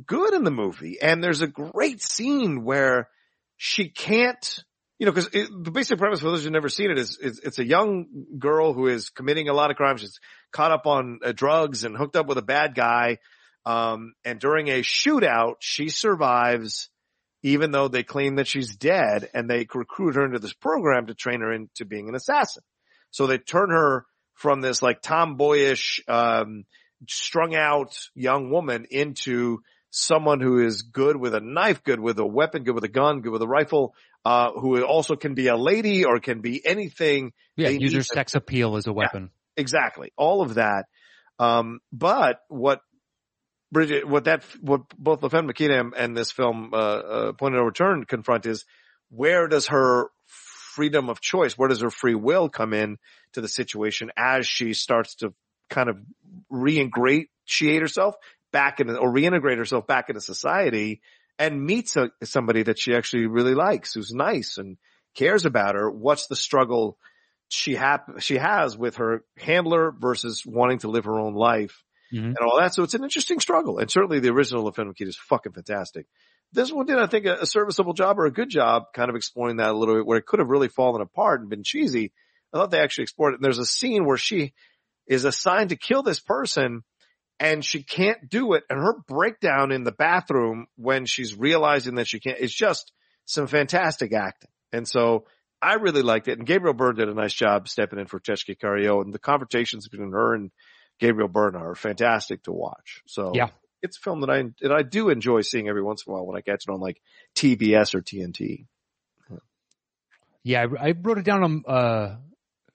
[SPEAKER 1] good in the movie. And there's a great scene where she can't, you know, cause it, the basic premise for those who've never seen it is, is it's a young girl who is committing a lot of crimes. She's caught up on uh, drugs and hooked up with a bad guy. Um, and during a shootout, she survives even though they claim that she's dead and they recruit her into this program to train her into being an assassin. So they turn her from this like tomboyish, um, strung out young woman into someone who is good with a knife, good with a weapon, good with a gun, good with a rifle, uh, who also can be a lady or can be anything
[SPEAKER 2] Yeah,
[SPEAKER 1] They
[SPEAKER 2] use
[SPEAKER 1] need
[SPEAKER 2] your
[SPEAKER 1] to-
[SPEAKER 2] sex appeal as a weapon.
[SPEAKER 1] exactly all of that um but what bridget what that what both the femme Nikita and- and this film uh, uh point of no return confront is where does her freedom of choice where does her free will come in to the situation as she starts to kind of reingratiate herself back in or reintegrate herself back into society and meets a, somebody that she actually really likes who's nice and cares about her what's the struggle she hap- she has with her handler versus wanting to live her own life
[SPEAKER 2] Mhm.
[SPEAKER 1] and all that. So it's an interesting struggle. And certainly the original of Phantom Kid is fucking fantastic. This one did, I think, a, a serviceable job or a good job kind of exploring that a little bit where it could have really fallen apart and been cheesy. I thought they actually explored it. And there's a scene where she is assigned to kill this person and she can't do it. And her breakdown in the bathroom when she's realizing that she can't, it's just some fantastic acting. And so, I really liked it. And Gabriel Byrne did a nice job stepping in for Chesky Cario and the conversations between her and Gabriel Byrne are fantastic to watch. So
[SPEAKER 2] Yeah.
[SPEAKER 1] it's a film that I, that I do enjoy seeing every once in a while when I catch it on like TBS or TNT.
[SPEAKER 2] Yeah, I, I wrote it down on uh,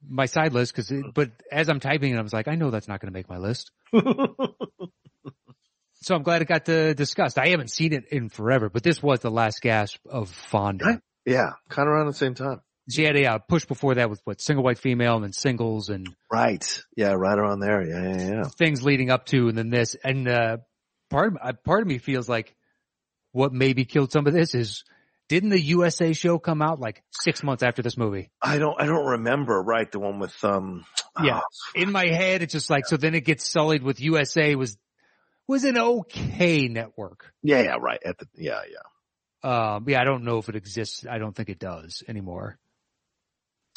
[SPEAKER 2] my side list because, but as I'm typing it, I was like, I know that's not going to make my list. So I'm glad it got uh, discussed. I haven't seen it in forever, but this was the last gasp of Fonda.
[SPEAKER 1] Right. yeah. Kind of around the same time.
[SPEAKER 2] She had a uh, push before that with what single white female and then singles and
[SPEAKER 1] Right. Yeah. Right around there. Yeah. Yeah. Yeah.
[SPEAKER 2] things leading up to and then this and uh part of, uh, part of me feels like what maybe killed some of this is didn't the USA show come out like 6 months after this movie
[SPEAKER 1] I don't, I don't remember. Right. The one with, um,
[SPEAKER 2] Yeah.
[SPEAKER 1] ah,
[SPEAKER 2] in my head it's just like so then it gets sullied with USA was was an okay network
[SPEAKER 1] yeah. Yeah. Right. At the, yeah. Yeah.
[SPEAKER 2] um yeah I don't know if it exists I don't think it does anymore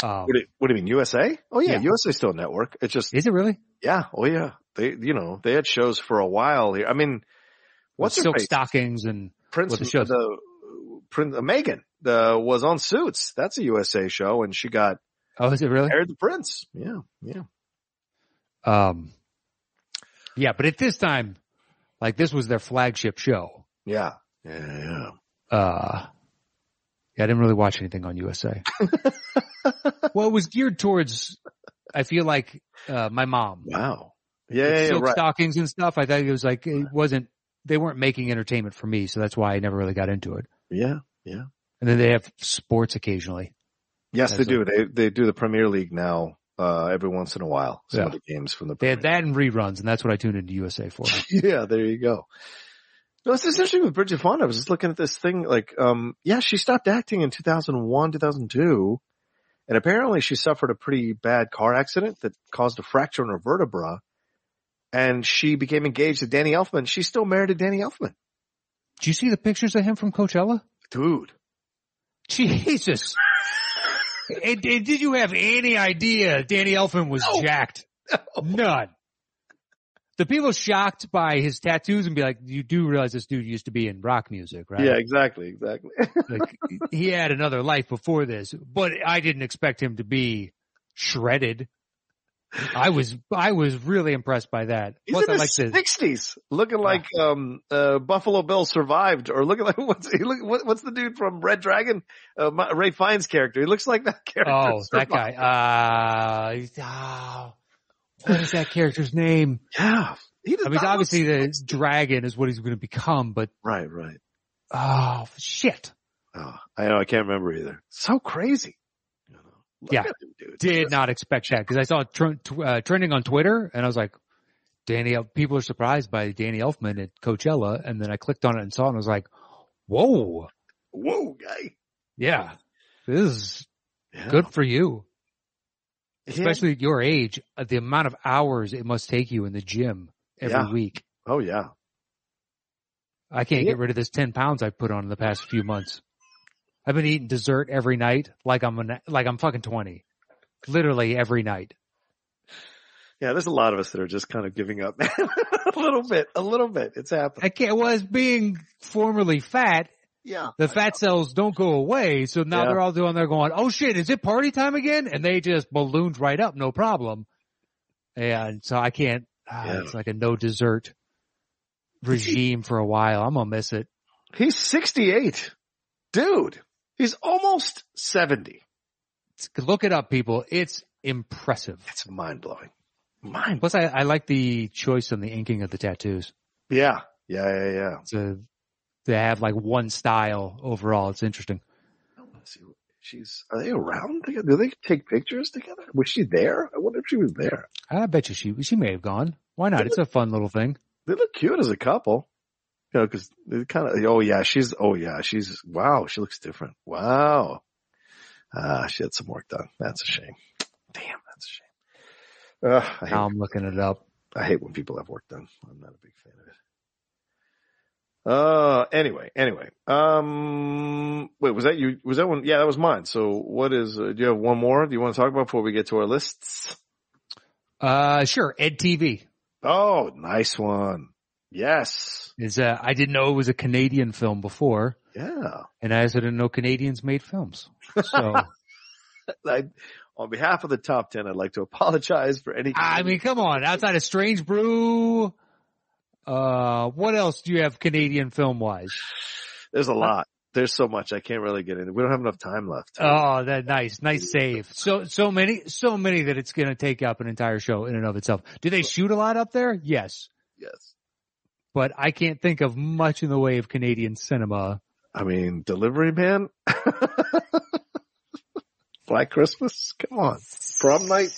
[SPEAKER 2] um
[SPEAKER 1] What do, you, what do you mean? USA? Oh yeah.
[SPEAKER 2] Yeah.
[SPEAKER 1] USA still a network. It's just,
[SPEAKER 2] is it really
[SPEAKER 1] Yeah. Oh yeah. They, you know, they had shows for a while here. I mean, what's her
[SPEAKER 2] silk
[SPEAKER 1] face?
[SPEAKER 2] stockings and
[SPEAKER 1] Prince,
[SPEAKER 2] what the
[SPEAKER 1] the,
[SPEAKER 2] shows?
[SPEAKER 1] Prince uh, Megan, the was on Suits. That's a USA show and she got
[SPEAKER 2] oh is it really
[SPEAKER 1] married the prince. Yeah. Yeah.
[SPEAKER 2] um Yeah, but at this time, like this was their flagship show.
[SPEAKER 1] Yeah. Yeah. yeah.
[SPEAKER 2] Uh, yeah, I didn't really watch anything on USA. well, it was geared towards, I feel like, uh, my mom.
[SPEAKER 1] Wow. Yeah. yeah, yeah,
[SPEAKER 2] silk
[SPEAKER 1] right.
[SPEAKER 2] stockings and stuff. I thought it was like, it wasn't, they weren't making entertainment for me. So that's why I never really got into it.
[SPEAKER 1] Yeah.
[SPEAKER 2] And then they have sports occasionally.
[SPEAKER 1] Yes, they
[SPEAKER 2] That's
[SPEAKER 1] do. They they do the Premier League now uh, every once in a while. Some of
[SPEAKER 2] Yeah.
[SPEAKER 1] the games from the
[SPEAKER 2] They had
[SPEAKER 1] Premier
[SPEAKER 2] that and reruns and that's what I tuned into USA for.
[SPEAKER 1] League. Yeah, there you go. No, it's interesting with Bridget Fonda. I was just looking at this thing like, um, yeah, she stopped acting in 2001, 2002. And apparently she suffered a pretty bad car accident that caused a fracture in her vertebra. And she became engaged to Danny Elfman. She's still married to Danny Elfman.
[SPEAKER 2] Do you see the pictures of him from Coachella?
[SPEAKER 1] Dude.
[SPEAKER 2] Jesus. and, and did you have any idea Danny Elfman was
[SPEAKER 1] No.
[SPEAKER 2] jacked? None. The people shocked by his tattoos and be like, you do realize this dude used to be in rock music, right?
[SPEAKER 1] Yeah, exactly. Exactly.
[SPEAKER 2] Like he had another life before this, but I didn't expect him to be shredded. I was, I was really impressed by that.
[SPEAKER 1] He's
[SPEAKER 2] Plus,
[SPEAKER 1] in
[SPEAKER 2] I
[SPEAKER 1] his
[SPEAKER 2] like the,
[SPEAKER 1] sixties, looking like um uh Buffalo Bill survived, or looking like what's he look, what, what's the dude from Red Dragon? Uh, my, Ray Fine's character. He looks like that character.
[SPEAKER 2] Oh, that
[SPEAKER 1] survived.
[SPEAKER 2] guy. Uh, he's- oh, what is that character's name?
[SPEAKER 1] Yeah, he does
[SPEAKER 2] I mean,
[SPEAKER 1] not
[SPEAKER 2] obviously the
[SPEAKER 1] look-
[SPEAKER 2] dragon is what he's going to become, but
[SPEAKER 1] right, right.
[SPEAKER 2] oh shit.
[SPEAKER 1] Oh, I know. I can't remember either. So crazy. You know, look
[SPEAKER 2] Yeah.
[SPEAKER 1] at him, dude.
[SPEAKER 2] Did not expect that because I saw it tr- tw- uh, trending on Twitter and I was like, Danny, El- people are surprised by Danny Elfman at Coachella. And then I clicked on it and saw it and was like, whoa.
[SPEAKER 1] Whoa, guy.
[SPEAKER 2] Yeah. This is
[SPEAKER 1] Yeah.
[SPEAKER 2] good for you,
[SPEAKER 1] Yeah.
[SPEAKER 2] especially at your age, uh, the amount of hours it must take you in the gym every
[SPEAKER 1] Yeah.
[SPEAKER 2] week.
[SPEAKER 1] Oh yeah.
[SPEAKER 2] I can't
[SPEAKER 1] Yeah.
[SPEAKER 2] get rid of this 10 pounds I've put on in the past few months. I've been eating dessert every night like I'm an, like I'm fucking 20. Literally every night.
[SPEAKER 1] Yeah. There's a lot of us that are just kind of giving up a little bit, a little bit. It's happening.
[SPEAKER 2] I can't well as being formerly fat,
[SPEAKER 1] Yeah.
[SPEAKER 2] the fat cells don't go away, so now
[SPEAKER 1] Yeah.
[SPEAKER 2] they're all doing they're going, "Oh shit, is it party time again?" and they just ballooned right up, no problem. And so I can't ah,
[SPEAKER 1] Yeah.
[SPEAKER 2] it's like a no dessert regime for a while. I'm going to miss it.
[SPEAKER 1] He's 68. Dude, he's almost 70.
[SPEAKER 2] Look it up people. It's impressive.
[SPEAKER 1] It's mind blowing. Mind.
[SPEAKER 2] Plus, I, I like the choice on the inking of the tattoos.
[SPEAKER 1] Yeah. Yeah. Yeah. Yeah.
[SPEAKER 2] To they have like one style overall. It's interesting.
[SPEAKER 1] I wanna see what- She's, are they around together? Do they take pictures together? Was she there? I wonder if she was there.
[SPEAKER 2] I bet you she she may have gone. Why not? It's a fun little thing.
[SPEAKER 1] They look cute as a couple. You know, cause they kind of, oh yeah, she's, oh yeah, she's, wow, she looks different. Wow. Ah, she had some work done. That's a shame. Damn, that's a shame. Ugh, I hate
[SPEAKER 2] Now I'm looking it up.
[SPEAKER 1] I hate when people have work done. I'm not a big fan of it. Uh, anyway, anyway. Um, wait, was that you? Was that one? Yeah, that was mine. So what is, uh, do you have one more? Do you want to talk about before we get to our lists?
[SPEAKER 2] Uh, sure. Ed TV
[SPEAKER 1] Oh, nice one. Yes.
[SPEAKER 2] is. Uh, I didn't know it was a Canadian film before,
[SPEAKER 1] Yeah.
[SPEAKER 2] and I also didn't know Canadians made films. So
[SPEAKER 1] I, on behalf of the top 10, I'd like to apologize for any.
[SPEAKER 2] I mean, come on. Outside of Strange Brew, uh, what else do you have Canadian film wise?
[SPEAKER 1] there's a lot. There's so much. I can't really get into We don't have enough time left.
[SPEAKER 2] Oh, that nice, nice save. So, so many, so many that it's going to take up an entire show in and of itself. Do they shoot a lot up there? Yes,
[SPEAKER 1] yes.
[SPEAKER 2] but I can't think of much in the way of Canadian cinema.
[SPEAKER 1] I mean, Delivery Man, Black Christmas. Come on, Prom Night.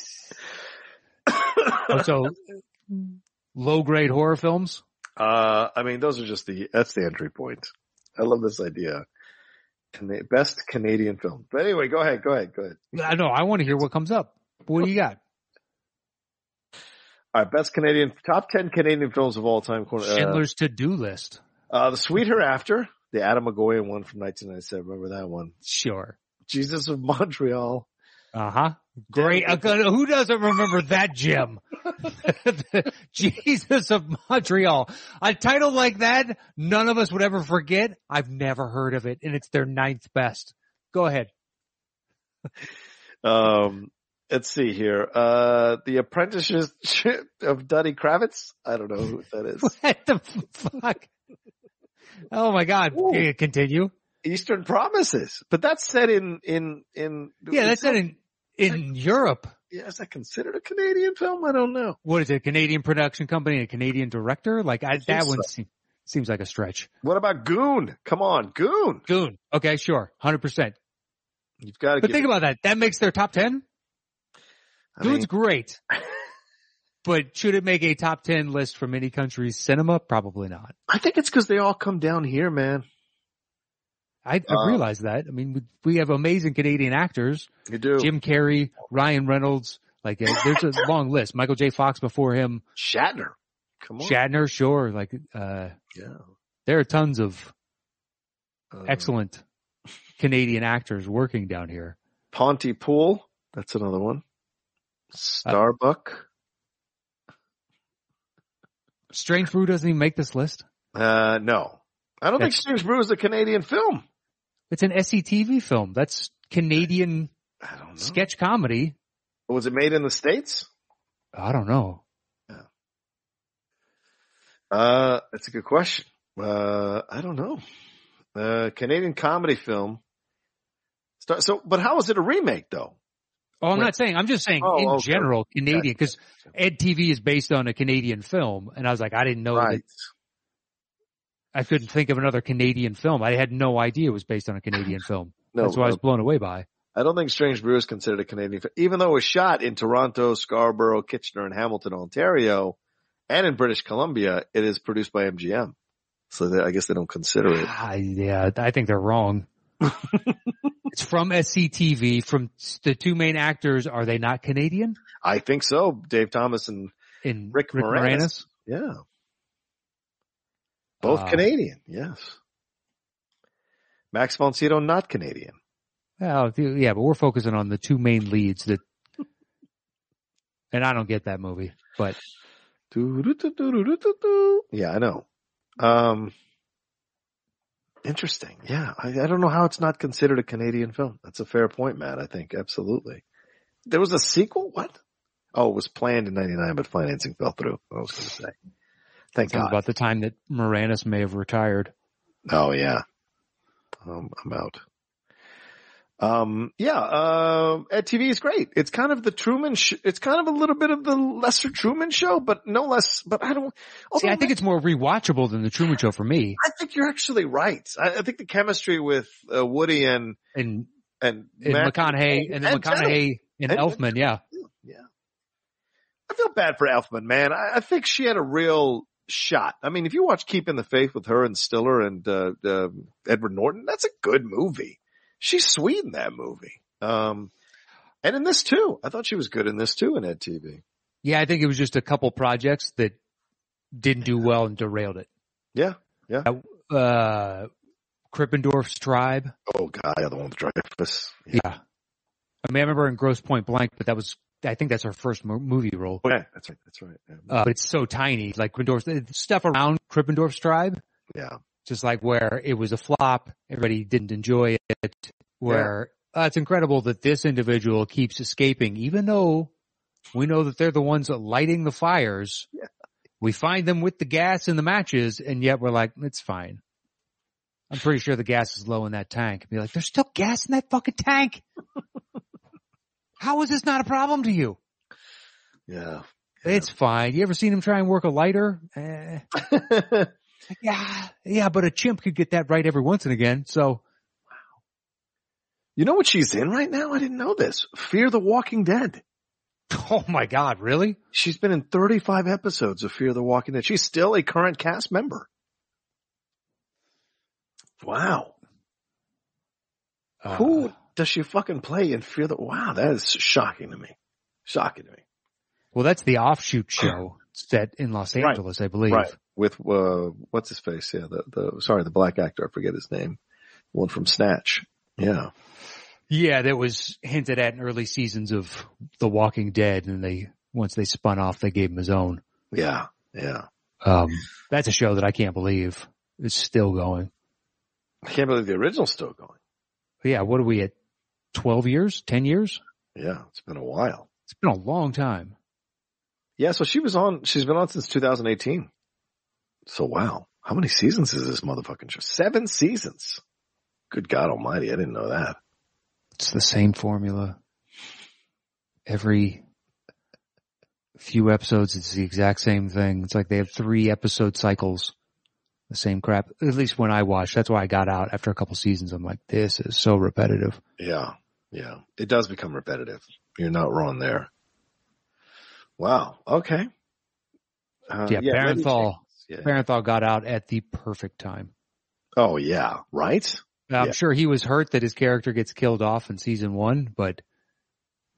[SPEAKER 2] Oh, So, low grade horror films.
[SPEAKER 1] uh, I mean, those are just the that's the entry point. I love this idea. Cana- best Canadian film. But anyway, go ahead, go ahead, go ahead.
[SPEAKER 2] I know. I want to hear what comes up. What do you got?
[SPEAKER 1] All right, best Canadian top ten Canadian films of all time. according- Uh,
[SPEAKER 2] Schindler's To Do List.
[SPEAKER 1] uh, the Sweet Hereafter, the Adam McGoyan one from 1997. Remember that one?
[SPEAKER 2] Sure.
[SPEAKER 1] Jesus of Montreal.
[SPEAKER 2] Uh huh. Great. Uh, Who doesn't remember that gem? Jesus of Montreal. A title like that, none of us would ever forget. I've never heard of it, and it's their ninth best. Go ahead.
[SPEAKER 1] Um, Let's see here. Uh, the apprenticeship of Duddy Kravitz. I don't know who that is.
[SPEAKER 2] What the fuck? Oh my god!
[SPEAKER 1] Ooh.
[SPEAKER 2] Yeah, Continue.
[SPEAKER 1] Eastern Promises, but that's set in in in.
[SPEAKER 2] Yeah, that's not in in Europe.
[SPEAKER 1] Yeah, is that considered a Canadian film? I don't know.
[SPEAKER 2] What is it? A Canadian production company, and a Canadian director? Like I, that
[SPEAKER 1] think
[SPEAKER 2] one seem, seems like a stretch.
[SPEAKER 1] What about Goon? Come on, Goon.
[SPEAKER 2] Goon. Okay, sure, hundred percent.
[SPEAKER 1] You've got to.
[SPEAKER 2] But think about that. That makes their top ten.
[SPEAKER 1] I mean,
[SPEAKER 2] Goon's great, but should it make a top ten list from any country's cinema? Probably not.
[SPEAKER 1] I think it's because they all come down here, man.
[SPEAKER 2] I, I
[SPEAKER 1] Uh,
[SPEAKER 2] realize that. I mean, we, we have amazing Canadian actors.
[SPEAKER 1] You do.
[SPEAKER 2] Jim Carrey, Ryan Reynolds. Like uh, there's a long list. Michael J. Fox before him,
[SPEAKER 1] Shatner. Come on.
[SPEAKER 2] Shatner, sure. Like uh,
[SPEAKER 1] yeah.
[SPEAKER 2] there are tons of
[SPEAKER 1] Uh,
[SPEAKER 2] excellent Canadian actors working down here.
[SPEAKER 1] Pontypool. That's another one. Starbuck.
[SPEAKER 2] Strange Brew doesn't even make this list.
[SPEAKER 1] Uh, no. I don't think
[SPEAKER 2] That's-
[SPEAKER 1] Strange Brew is a Canadian film.
[SPEAKER 2] It's an SCTV film. That's Canadian
[SPEAKER 1] I don't know.
[SPEAKER 2] sketch comedy.
[SPEAKER 1] Was it made in the States?
[SPEAKER 2] I don't know.
[SPEAKER 1] Uh, that's a good question. Uh, I don't know. Uh, Canadian comedy film. Star- So, but how is it a remake though?
[SPEAKER 2] Oh, I'm
[SPEAKER 1] Wait.
[SPEAKER 2] not saying. I'm just saying
[SPEAKER 1] Oh,
[SPEAKER 2] in
[SPEAKER 1] okay.
[SPEAKER 2] general, Canadian because Ed TV is based on a Canadian film, and I was like, I didn't know.
[SPEAKER 1] Right.
[SPEAKER 2] That I couldn't think of another Canadian film. I had no idea it was based on a Canadian film.
[SPEAKER 1] No,
[SPEAKER 2] That's what I was
[SPEAKER 1] no.
[SPEAKER 2] blown away by.
[SPEAKER 1] I don't think Strange Brew is considered a Canadian film, even though it was shot in Toronto, Scarborough, Kitchener, and Hamilton, Ontario, and in British Columbia. It is produced by MGM. So they, I guess they don't consider it.
[SPEAKER 2] Ah, yeah, I think they're wrong. it's from SCTV. From s- the two main actors, are they not Canadian?
[SPEAKER 1] I think so. Dave Thomas and
[SPEAKER 2] In
[SPEAKER 1] Rick Moranis. Ah. Yeah. Both
[SPEAKER 2] Uh,
[SPEAKER 1] Canadian, yes. Max von Sydow, not Canadian.
[SPEAKER 2] Well, if you- yeah, but we're focusing on the two main leads that, and I don't get that movie, but
[SPEAKER 1] Doo-doo-doo-doo-doo-doo-doo. Yeah, I know. Um, interesting. Yeah, I, I don't know how it's not considered a Canadian film. That's a fair point, Matt. I think absolutely. There was a sequel. What? Oh, it was planned in '99, but financing fell through. I was going to say. Thank
[SPEAKER 2] it's
[SPEAKER 1] God.
[SPEAKER 2] about the time that Moranis may have retired.
[SPEAKER 1] Oh yeah. Um, I'm out. Um, yeah, um, Ed TV is great. It's kind of the Truman, sh- it's kind of a little bit of the lesser Truman show, but no less, but I don't,
[SPEAKER 2] See, I think it's more rewatchable than the Truman Show for me.
[SPEAKER 1] I think you're actually right. I, I think the chemistry with uh, Woody and,
[SPEAKER 2] And,
[SPEAKER 1] and,
[SPEAKER 2] and
[SPEAKER 1] Matt-
[SPEAKER 2] McConaughey, and then
[SPEAKER 1] and Jennifer.
[SPEAKER 2] McConaughey and
[SPEAKER 1] And-
[SPEAKER 2] Elfman, yeah.
[SPEAKER 1] Yeah. I feel bad for Elfman, man. I, I think she had a real shot. I mean, if you watch Keeping the Faith with her and Stiller and uh, uh, Edward Norton, that's a good movie. She's sweet in that movie. Um, and in this too, I thought she was good in this too in Ed TV.
[SPEAKER 2] Yeah, I think it was just a couple projects that didn't do well and derailed it.
[SPEAKER 1] Yeah, yeah.
[SPEAKER 2] Uh, Krippendorf's Tribe.
[SPEAKER 1] Oh God, yeah, the one with Dreyfus.
[SPEAKER 2] Yeah. I mean, I remember in Gross Point Blank, but that was, I think that's her first mo- movie role.
[SPEAKER 1] Oh, yeah, that's right. That's right. Yeah.
[SPEAKER 2] Uh, but it's so tiny, like Krippendorf's, stuff around Krippendorf's Tribe,
[SPEAKER 1] yeah.
[SPEAKER 2] just like where it was a flop, everybody didn't enjoy it, where uh, it's incredible that this individual keeps escaping, even though we know that they're the ones that lighting the fires.
[SPEAKER 1] Yeah.
[SPEAKER 2] We find them with the gas and the matches, and yet we're like, it's fine. I'm pretty sure the gas is low in that tank. Be like, there's still gas in that fucking tank. How is this not a problem to you?
[SPEAKER 1] Yeah.
[SPEAKER 2] It's fine. You ever seen him try and work a lighter? Eh.
[SPEAKER 1] Yeah.
[SPEAKER 2] Yeah, yeah, but a chimp could get that right every once and again. So
[SPEAKER 1] you know what she's in right now? I didn't know this. Fear the Walking Dead.
[SPEAKER 2] Oh my God, really?
[SPEAKER 1] She's been in 35 episodes of Fear the Walking Dead. She's still a current cast member. Wow. Who
[SPEAKER 2] Uh,
[SPEAKER 1] does she fucking play in Fear the Wow, that is shocking to me. Shocking to me.
[SPEAKER 2] well, that's the offshoot show set in Los
[SPEAKER 1] Right.
[SPEAKER 2] Angeles, I believe.
[SPEAKER 1] Right. With uh what's his face? Yeah, the the sorry, the black actor, I forget his name. One from Snatch. Yeah.
[SPEAKER 2] Yeah, that was hinted at in early seasons of The Walking Dead, and they once they spun off, they gave him his own.
[SPEAKER 1] Yeah. Yeah.
[SPEAKER 2] Um, that's a show that I can't believe is still going.
[SPEAKER 1] I can't believe the original's still going.
[SPEAKER 2] But yeah, what are we at? Twelve years? Ten years?
[SPEAKER 1] Yeah, it's been a while.
[SPEAKER 2] It's been a long time.
[SPEAKER 1] Yeah, so she was on. She's been on since 2018. So wow, how many seasons is this motherfucking show? Seven seasons. Good God Almighty, I didn't know that.
[SPEAKER 2] It's the same formula. Every few episodes, it's the exact same thing. It's like they have three episode cycles, the same crap. At least when I watched, that's why I got out after a couple seasons. I'm like, this is so repetitive.
[SPEAKER 1] Yeah, yeah, it does become repetitive. You're not wrong there. Wow. Okay. Uh,
[SPEAKER 2] Yeah,
[SPEAKER 1] maybe-
[SPEAKER 2] Barenthal.
[SPEAKER 1] Yeah.
[SPEAKER 2] Parenthal got out at the perfect time.
[SPEAKER 1] Oh yeah. Right.
[SPEAKER 2] I'm
[SPEAKER 1] Yeah.
[SPEAKER 2] sure he was hurt that his character gets killed off in season one, but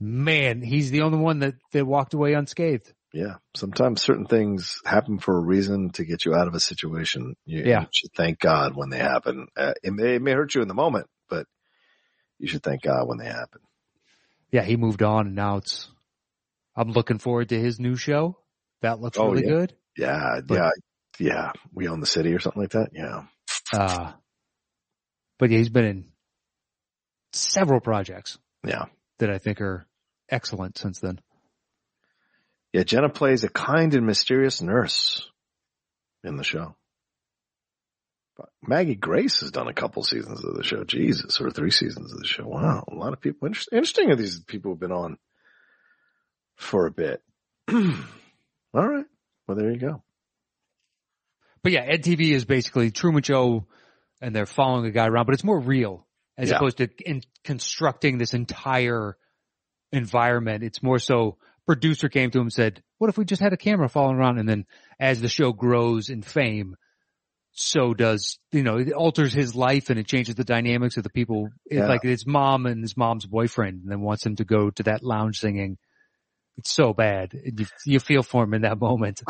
[SPEAKER 2] man, he's the only one that, that walked away unscathed.
[SPEAKER 1] Yeah. Sometimes certain things happen for a reason to get you out of a situation. You,
[SPEAKER 2] Yeah.
[SPEAKER 1] You should thank God when they happen. Uh, it may, it may hurt you in the moment, but you should thank God when they happen.
[SPEAKER 2] Yeah, he moved on and now it's, I'm looking forward to his new show. That looks
[SPEAKER 1] Oh,
[SPEAKER 2] really
[SPEAKER 1] yeah.
[SPEAKER 2] good.
[SPEAKER 1] Yeah.
[SPEAKER 2] But-
[SPEAKER 1] yeah. Yeah. We own the city or something like that. Yeah.
[SPEAKER 2] Uh, but yeah, he's been in several projects.
[SPEAKER 1] Yeah.
[SPEAKER 2] That I think are excellent since then.
[SPEAKER 1] Yeah. Jenna plays a kind and mysterious nurse in the show. But Maggie Grace has done a couple seasons of the show. Jesus, or three seasons of the show. Wow. A lot of people. Inter- interesting are these people who've been on for a bit. All right. Well, there you go.
[SPEAKER 2] But yeah, EdTV is basically Truman Show and they're following a guy around, but it's more real as
[SPEAKER 1] Yeah.
[SPEAKER 2] opposed to in constructing this entire environment. It's more so producer came to him and said, what if we just had a camera following around? And then as the show grows in fame, so does, you know, it alters his life and it changes the dynamics of the people. It's
[SPEAKER 1] Yeah.
[SPEAKER 2] Like his mom and his mom's boyfriend and then wants him to go to that lounge singing. It's so bad. You, you feel for him in that moment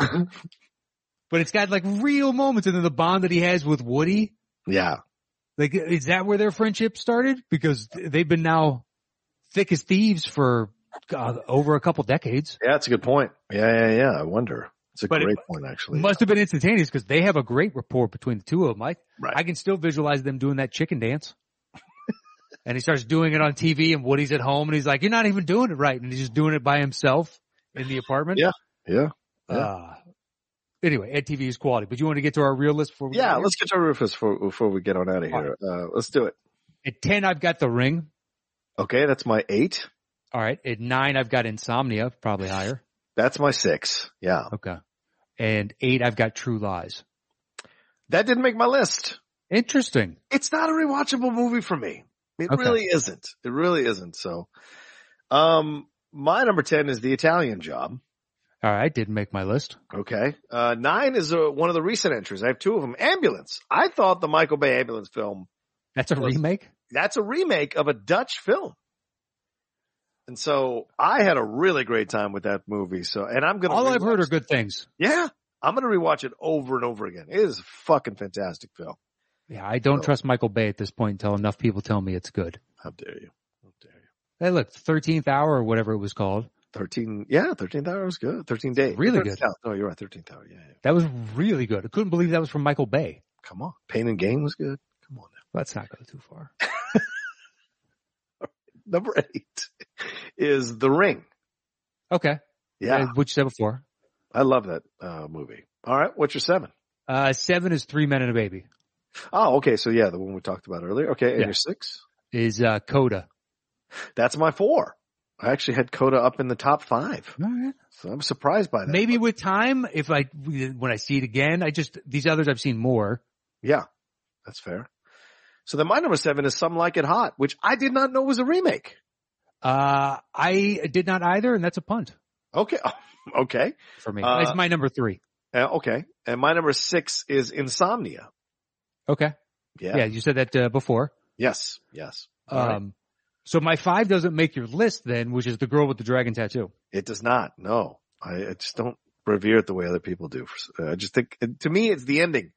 [SPEAKER 2] but it's got like real moments and then the bond that he has with Woody.
[SPEAKER 1] Yeah.
[SPEAKER 2] Like, is that where their friendship started? Because th- they've been now thick as thieves for God, over a couple decades.
[SPEAKER 1] Yeah. That's a good point. Yeah. Yeah. Yeah. I wonder. It's a
[SPEAKER 2] But it
[SPEAKER 1] great point, actually.
[SPEAKER 2] Must have been instantaneous because they have a great rapport between the two of them. I,
[SPEAKER 1] Right.
[SPEAKER 2] I can still visualize them doing that chicken dance. and he starts doing it on TV and Woody's at home and he's like, you're not even doing it right. And he's just doing it by himself in the apartment.
[SPEAKER 1] Yeah, yeah, yeah.
[SPEAKER 2] Uh, anyway, Ed TV is quality, but you want to get to our real list before we get
[SPEAKER 1] yeah.
[SPEAKER 2] here?
[SPEAKER 1] Let's get to Rufus before, before we get on out of here. Uh, let's do it.
[SPEAKER 2] At 10, I've got The Ring.
[SPEAKER 1] Okay. That's my eight.
[SPEAKER 2] All right. At nine, I've got Insomnia, probably higher.
[SPEAKER 1] That's my six. Yeah.
[SPEAKER 2] Okay. And eight, I've got True Lies.
[SPEAKER 1] That didn't make my list.
[SPEAKER 2] Interesting.
[SPEAKER 1] It's not a rewatchable movie for me. It
[SPEAKER 2] Okay.
[SPEAKER 1] really isn't. It really isn't. So, um, my number 10 is the Italian job.
[SPEAKER 2] All right. Didn't make my list.
[SPEAKER 1] Okay. Uh, nine is uh, one of the recent entries. I have two of them. Ambulance. I thought the Michael Bay ambulance film,
[SPEAKER 2] That's a
[SPEAKER 1] Well,
[SPEAKER 2] remake.
[SPEAKER 1] that's a remake of a Dutch film. And so I had a really great time with that movie. So, and I'm going to,
[SPEAKER 2] All I've heard are good things.
[SPEAKER 1] yeah, I'm going to rewatch it over and over again. It is a fucking fantastic film.
[SPEAKER 2] Yeah. I don't
[SPEAKER 1] So-
[SPEAKER 2] trust Michael Bay at this point until enough people tell me it's good.
[SPEAKER 1] How dare you? How dare you?
[SPEAKER 2] Hey, look, 13th hour or whatever it was called.
[SPEAKER 1] 13 yeah 13th hour was good 13 days
[SPEAKER 2] Really
[SPEAKER 1] 13th
[SPEAKER 2] good.
[SPEAKER 1] hour. no you're right 13th hour yeah, yeah
[SPEAKER 2] That was really good. I couldn't believe that was from Michael Bay.
[SPEAKER 1] come on pain and gain was good come on
[SPEAKER 2] Let's not go too far.
[SPEAKER 1] now. number eight is the ring
[SPEAKER 2] Okay.
[SPEAKER 1] yeah
[SPEAKER 2] Uh, Which you said before.
[SPEAKER 1] i love that uh movie all right what's your seven?
[SPEAKER 2] Uh, seven is three men and a baby
[SPEAKER 1] Oh, okay so yeah the one we talked about earlier okay and
[SPEAKER 2] Yeah.
[SPEAKER 1] your six
[SPEAKER 2] is, uh, Coda.
[SPEAKER 1] that's my four i actually had coda up in the top five
[SPEAKER 2] All right.
[SPEAKER 1] so i'm surprised by that
[SPEAKER 2] Maybe with time, if I, when I see it again, I just, these others I've seen more.
[SPEAKER 1] yeah that's fair so then my number seven is some like it hot which i did not know was a remake
[SPEAKER 2] Uh, I did not either, and that's a punt
[SPEAKER 1] okay okay
[SPEAKER 2] for me.
[SPEAKER 1] Uh,
[SPEAKER 2] it's my number three.
[SPEAKER 1] Uh, okay and my number six is insomnia
[SPEAKER 2] Okay. Yeah, you said that uh, before.
[SPEAKER 1] Yes, yes.
[SPEAKER 2] Um,
[SPEAKER 1] Alright.
[SPEAKER 2] so my five doesn't make your list then, which is the girl with the dragon tattoo.
[SPEAKER 1] It does not. No, I, I just don't revere it the way other people do. For- I just think, to me, it's the ending.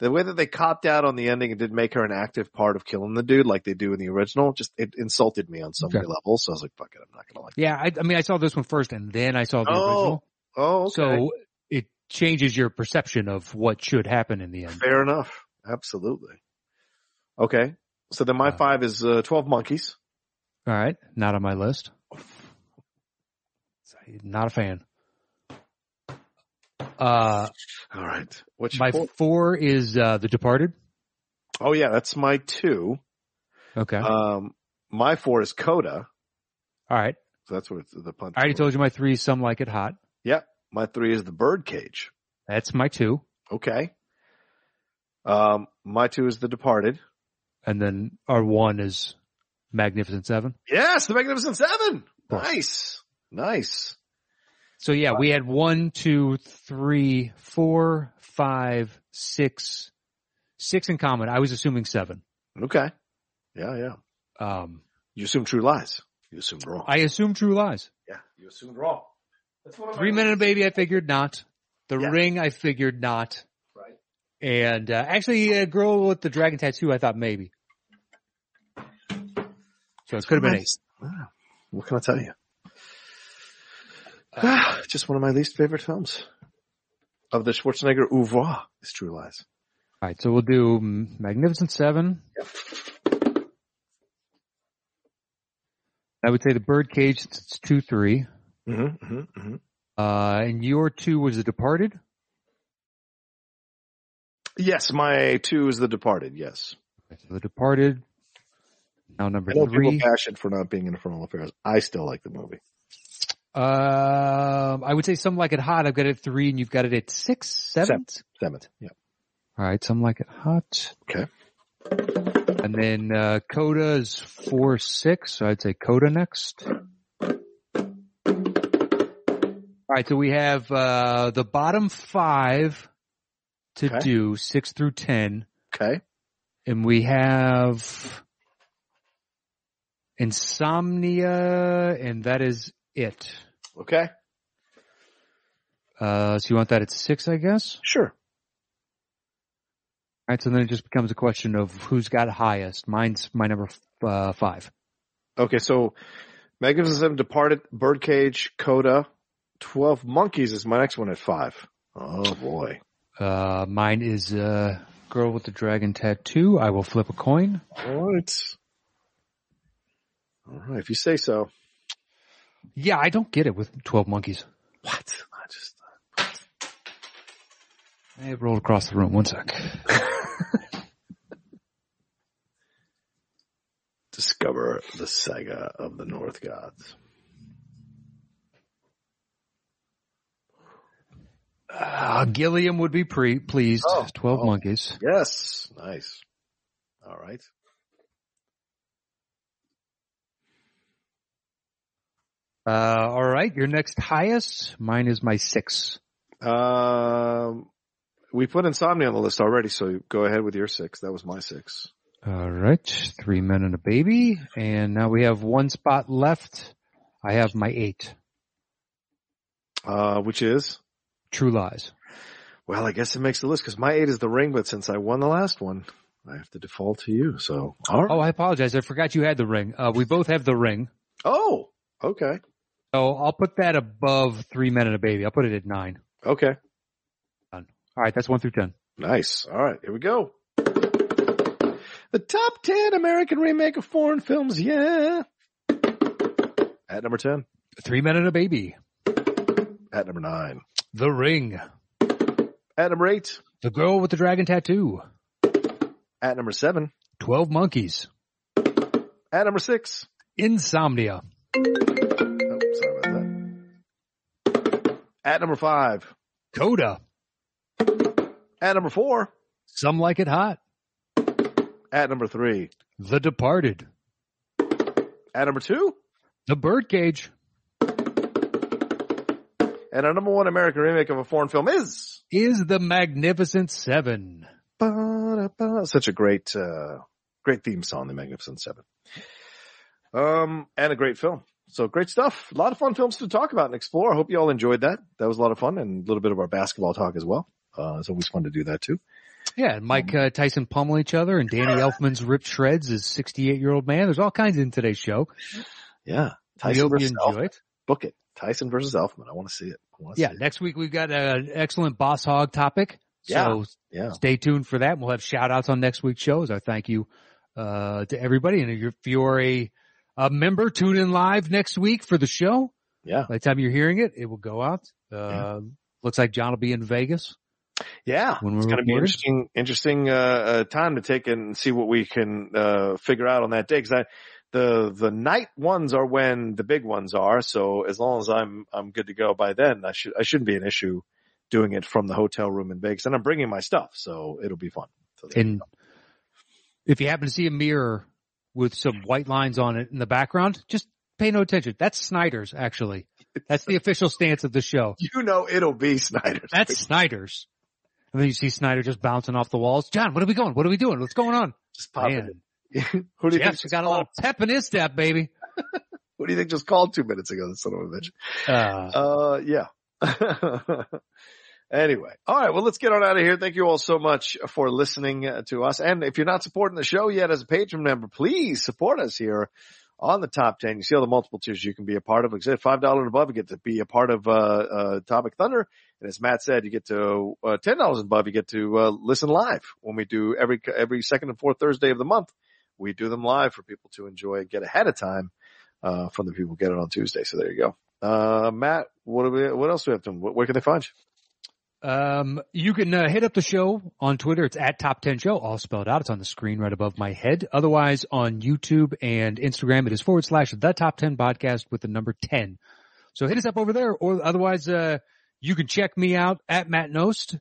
[SPEAKER 1] The way that they copped out on the ending and did make her an active part of killing the dude like they do in the original, just it insulted me on so many levels. So I was like, fuck it, I'm not gonna like. It.
[SPEAKER 2] Yeah, I, I mean, I saw this one first, and then I saw the
[SPEAKER 1] Oh,
[SPEAKER 2] original.
[SPEAKER 1] Oh, okay.
[SPEAKER 2] So it changes your perception of what should happen in the end.
[SPEAKER 1] fair enough. Absolutely. Okay, so then my
[SPEAKER 2] Uh,
[SPEAKER 1] five is uh, Twelve Monkeys.
[SPEAKER 2] All right, not on my list. Not a fan. Uh,
[SPEAKER 1] All right. What's your
[SPEAKER 2] my
[SPEAKER 1] four?
[SPEAKER 2] four is uh, The Departed.
[SPEAKER 1] Oh yeah, that's my two.
[SPEAKER 2] Okay.
[SPEAKER 1] Um, my four is Coda.
[SPEAKER 2] All right.
[SPEAKER 1] So that's what the pun.
[SPEAKER 2] I already told you my three is Some Like It Hot.
[SPEAKER 1] My three is the Birdcage.
[SPEAKER 2] That's my two.
[SPEAKER 1] Okay. Um, my two is the Departed.
[SPEAKER 2] And then our one is Magnificent Seven.
[SPEAKER 1] Yes, the Magnificent Seven.
[SPEAKER 2] course.
[SPEAKER 1] Nice, nice.
[SPEAKER 2] So yeah, we had one, two, three, four, five, six, six in common. I was assuming seven.
[SPEAKER 1] Okay. Yeah, yeah.
[SPEAKER 2] Um,
[SPEAKER 1] You assume true lies. You assumed wrong.
[SPEAKER 2] I assume True Lies.
[SPEAKER 1] yeah, you assumed wrong. That's one of
[SPEAKER 2] Three
[SPEAKER 1] my-
[SPEAKER 2] Men and a Baby, I figured not. The
[SPEAKER 1] Yeah.
[SPEAKER 2] Ring, I figured not.
[SPEAKER 1] Right.
[SPEAKER 2] And uh, actually, a girl with the dragon tattoo, I thought maybe. So it could have been eight.
[SPEAKER 1] Wow. Ah, What can I tell you? Ah, Just one of my least favorite films of the Schwarzenegger oeuvre is True Lies.
[SPEAKER 2] All right, so we'll do Magnificent Seven. I would say the Birdcage. since It's two, three.
[SPEAKER 1] Mm-hmm, mm-hmm, mm-hmm.
[SPEAKER 2] Uh, and your two was The Departed.
[SPEAKER 1] Yes, my two is The Departed. Yes,
[SPEAKER 2] So the Departed. Now number
[SPEAKER 1] I know people
[SPEAKER 2] three.
[SPEAKER 1] bash it for not being in Infernal Affairs. I still like the movie.
[SPEAKER 2] Um, I would say something like it hot. I've got it at three, and you've got it at six, seven.
[SPEAKER 1] Seventh, yeah.
[SPEAKER 2] All right, something like it hot.
[SPEAKER 1] Okay.
[SPEAKER 2] And then uh, Coda is four, six. So I'd say Coda next. All right, so we have uh, the bottom five to
[SPEAKER 1] Okay.
[SPEAKER 2] do six through ten,
[SPEAKER 1] Okay,
[SPEAKER 2] and we have Insomnia, and that is it.
[SPEAKER 1] okay,
[SPEAKER 2] Uh, so you want that at six, I guess.
[SPEAKER 1] sure.
[SPEAKER 2] All right, so then it just becomes a question of who's got highest. Mine's my number f- uh, five.
[SPEAKER 1] Okay, so Magnificent Seven, Departed, Birdcage, Coda, Twelve Monkeys is my next one at five. Oh boy.
[SPEAKER 2] Uh, mine is uh, girl with the dragon tattoo. I will flip a coin.
[SPEAKER 1] All right. All right. If you say so.
[SPEAKER 2] Yeah, I don't get it with twelve monkeys.
[SPEAKER 1] What? I just.
[SPEAKER 2] It rolled across the room. One sec.
[SPEAKER 1] Discover the saga of the North Gods.
[SPEAKER 2] Uh, Gilliam would be pre- pleased.
[SPEAKER 1] Oh,
[SPEAKER 2] Twelve
[SPEAKER 1] oh.
[SPEAKER 2] monkeys.
[SPEAKER 1] Yes. Nice. All right.
[SPEAKER 2] Uh, all right, your next highest. Mine is my six.
[SPEAKER 1] Um, we put Insomnia on the list already, so go ahead with your six. That was my six.
[SPEAKER 2] All right, three men and a baby, and now we have one spot left. I have my eight.
[SPEAKER 1] Uh, which is?
[SPEAKER 2] True lies.
[SPEAKER 1] Well, I guess it makes the list because my eight is the ring, but since I won the last one, I have to default to you. So, all right.
[SPEAKER 2] Oh, I apologize. I forgot you had the ring. Uh, we both have the ring.
[SPEAKER 1] Oh, okay.
[SPEAKER 2] So I'll put that above three men and a baby. I'll put it at nine.
[SPEAKER 1] Okay.
[SPEAKER 2] All right, that's one through ten.
[SPEAKER 1] Nice. All right, here we go. The top 10 American remake of foreign films, yeah. At number 10,
[SPEAKER 2] Three men and a baby.
[SPEAKER 1] at number 9,
[SPEAKER 2] The ring.
[SPEAKER 1] at number 8,
[SPEAKER 2] The girl with the dragon tattoo.
[SPEAKER 1] at number 7,
[SPEAKER 2] Twelve monkeys.
[SPEAKER 1] at number 6.
[SPEAKER 2] Insomnia.
[SPEAKER 1] Oh, sorry about that. At number 5,
[SPEAKER 2] Coda.
[SPEAKER 1] at number 4,
[SPEAKER 2] Some like it hot.
[SPEAKER 1] at number 3,
[SPEAKER 2] The Departed.
[SPEAKER 1] at number 2,
[SPEAKER 2] The Birdcage.
[SPEAKER 1] and our number 1 American remake of a foreign film is
[SPEAKER 2] Is the Magnificent Seven.
[SPEAKER 1] Ba-da-ba. Such a great, uh, great theme song, The Magnificent Seven. Um, and a great film. So great stuff. A lot of fun films to talk about and explore. I hope you all enjoyed that. That was a lot of fun and a little bit of our basketball talk as well. Uh, it's always fun to do that too.
[SPEAKER 2] Yeah, and Mike uh, Tyson pummel each other, and Danny Elfman's ripped shreds is sixty-eight year old man. There's all kinds in today's show.
[SPEAKER 1] Yeah.
[SPEAKER 2] We hope
[SPEAKER 1] Tyson
[SPEAKER 2] you
[SPEAKER 1] versus
[SPEAKER 2] enjoy
[SPEAKER 1] Elfman.
[SPEAKER 2] it.
[SPEAKER 1] Book it. Tyson versus Elfman. I want to see it. I wanna see
[SPEAKER 2] Yeah,
[SPEAKER 1] it.
[SPEAKER 2] next week we've got an excellent boss hog topic. So
[SPEAKER 1] Yeah.
[SPEAKER 2] stay tuned for that. And we'll have shout outs on next week's show. As I thank you, uh, to everybody. And if you're, if you're a, a member, tune in live next week for the show.
[SPEAKER 1] Yeah.
[SPEAKER 2] By the time you're hearing it, it will go out. Uh, Looks like John will be in Vegas.
[SPEAKER 1] Yeah,
[SPEAKER 2] When we
[SPEAKER 1] it's going to be
[SPEAKER 2] recorded?
[SPEAKER 1] interesting, interesting uh, uh, time to take and see what we can uh, figure out on that day. Because the the night ones are when the big ones are. So as long as I'm I'm good to go by then, I should I shouldn't be an issue doing it from the hotel room in Vegas. And I'm bringing my stuff, so it'll be fun. So there you
[SPEAKER 2] And
[SPEAKER 1] go.
[SPEAKER 2] if you happen to see a mirror with some white lines on it in the background, just pay no attention. That's Snyder's actually. That's the official stance of the show.
[SPEAKER 1] you know it'll be Snyder's.
[SPEAKER 2] That's Snyder's. And then you see Snyder just bouncing off the walls. John, what are we going? What are we doing? What's going on?
[SPEAKER 1] just
[SPEAKER 2] Man,
[SPEAKER 1] popping. in. Who do you think
[SPEAKER 2] Jeff's
[SPEAKER 1] just
[SPEAKER 2] got a lot
[SPEAKER 1] called?
[SPEAKER 2] of pep in his step, baby.
[SPEAKER 1] Who do you think just called two minutes ago? Son of a bitch.
[SPEAKER 2] Uh,
[SPEAKER 1] Uh, yeah. Uh, anyway, all right. Well, let's get on out of here. Thank you all so much for listening uh, to us. And if you're not supporting the show yet as a patron member, please support us here on the top 10. You see all the multiple tiers you can be a part of. Like I said, $5 and above, you get to be a part of, uh, uh, Topic Thunder. And as Matt said, you get to, uh, $10 and above, you get to, uh, listen live when we do every, every second and fourth Thursday of the month. We do them live for people to enjoy and get ahead of time, uh, from the people who get it on Tuesday. So there you go. Uh, Matt, what do we, what else do we have to, wh- where can they find you?
[SPEAKER 2] Um, you can uh, hit up the show on Twitter. It's at Top 10 Show, all spelled out. It's on the screen right above my head. Otherwise, on YouTube and Instagram, it is forward slash the Top 10 Podcast with the number 10. So hit us up over there, or otherwise, uh, you can check me out at Matt Nost.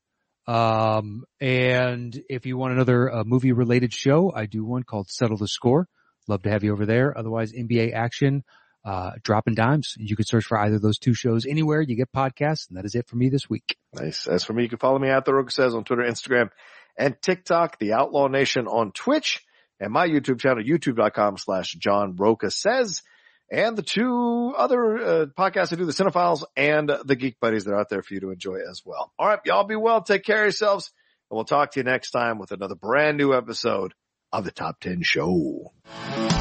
[SPEAKER 2] Um, and if you want another uh, movie related show, I do one called Settle the Score. Love to have you over there. Otherwise, NBA action, uh, dropping dimes. You can search for either of those two shows anywhere you get podcasts. And that is it for me this week.
[SPEAKER 1] Nice. As for me, you can follow me at The Rook Says on Twitter, Instagram, and TikTok, The Outlaw Nation on Twitch, and my YouTube channel, youtube.com slash John Roca Says, and the two other uh, podcasts I do, The Cinephiles and The Geek Buddies that are out there for you to enjoy as well. All right. Y'all be well. Take care of yourselves, and we'll talk to you next time with another brand new episode of the Top 10 Show.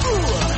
[SPEAKER 5] Ooh.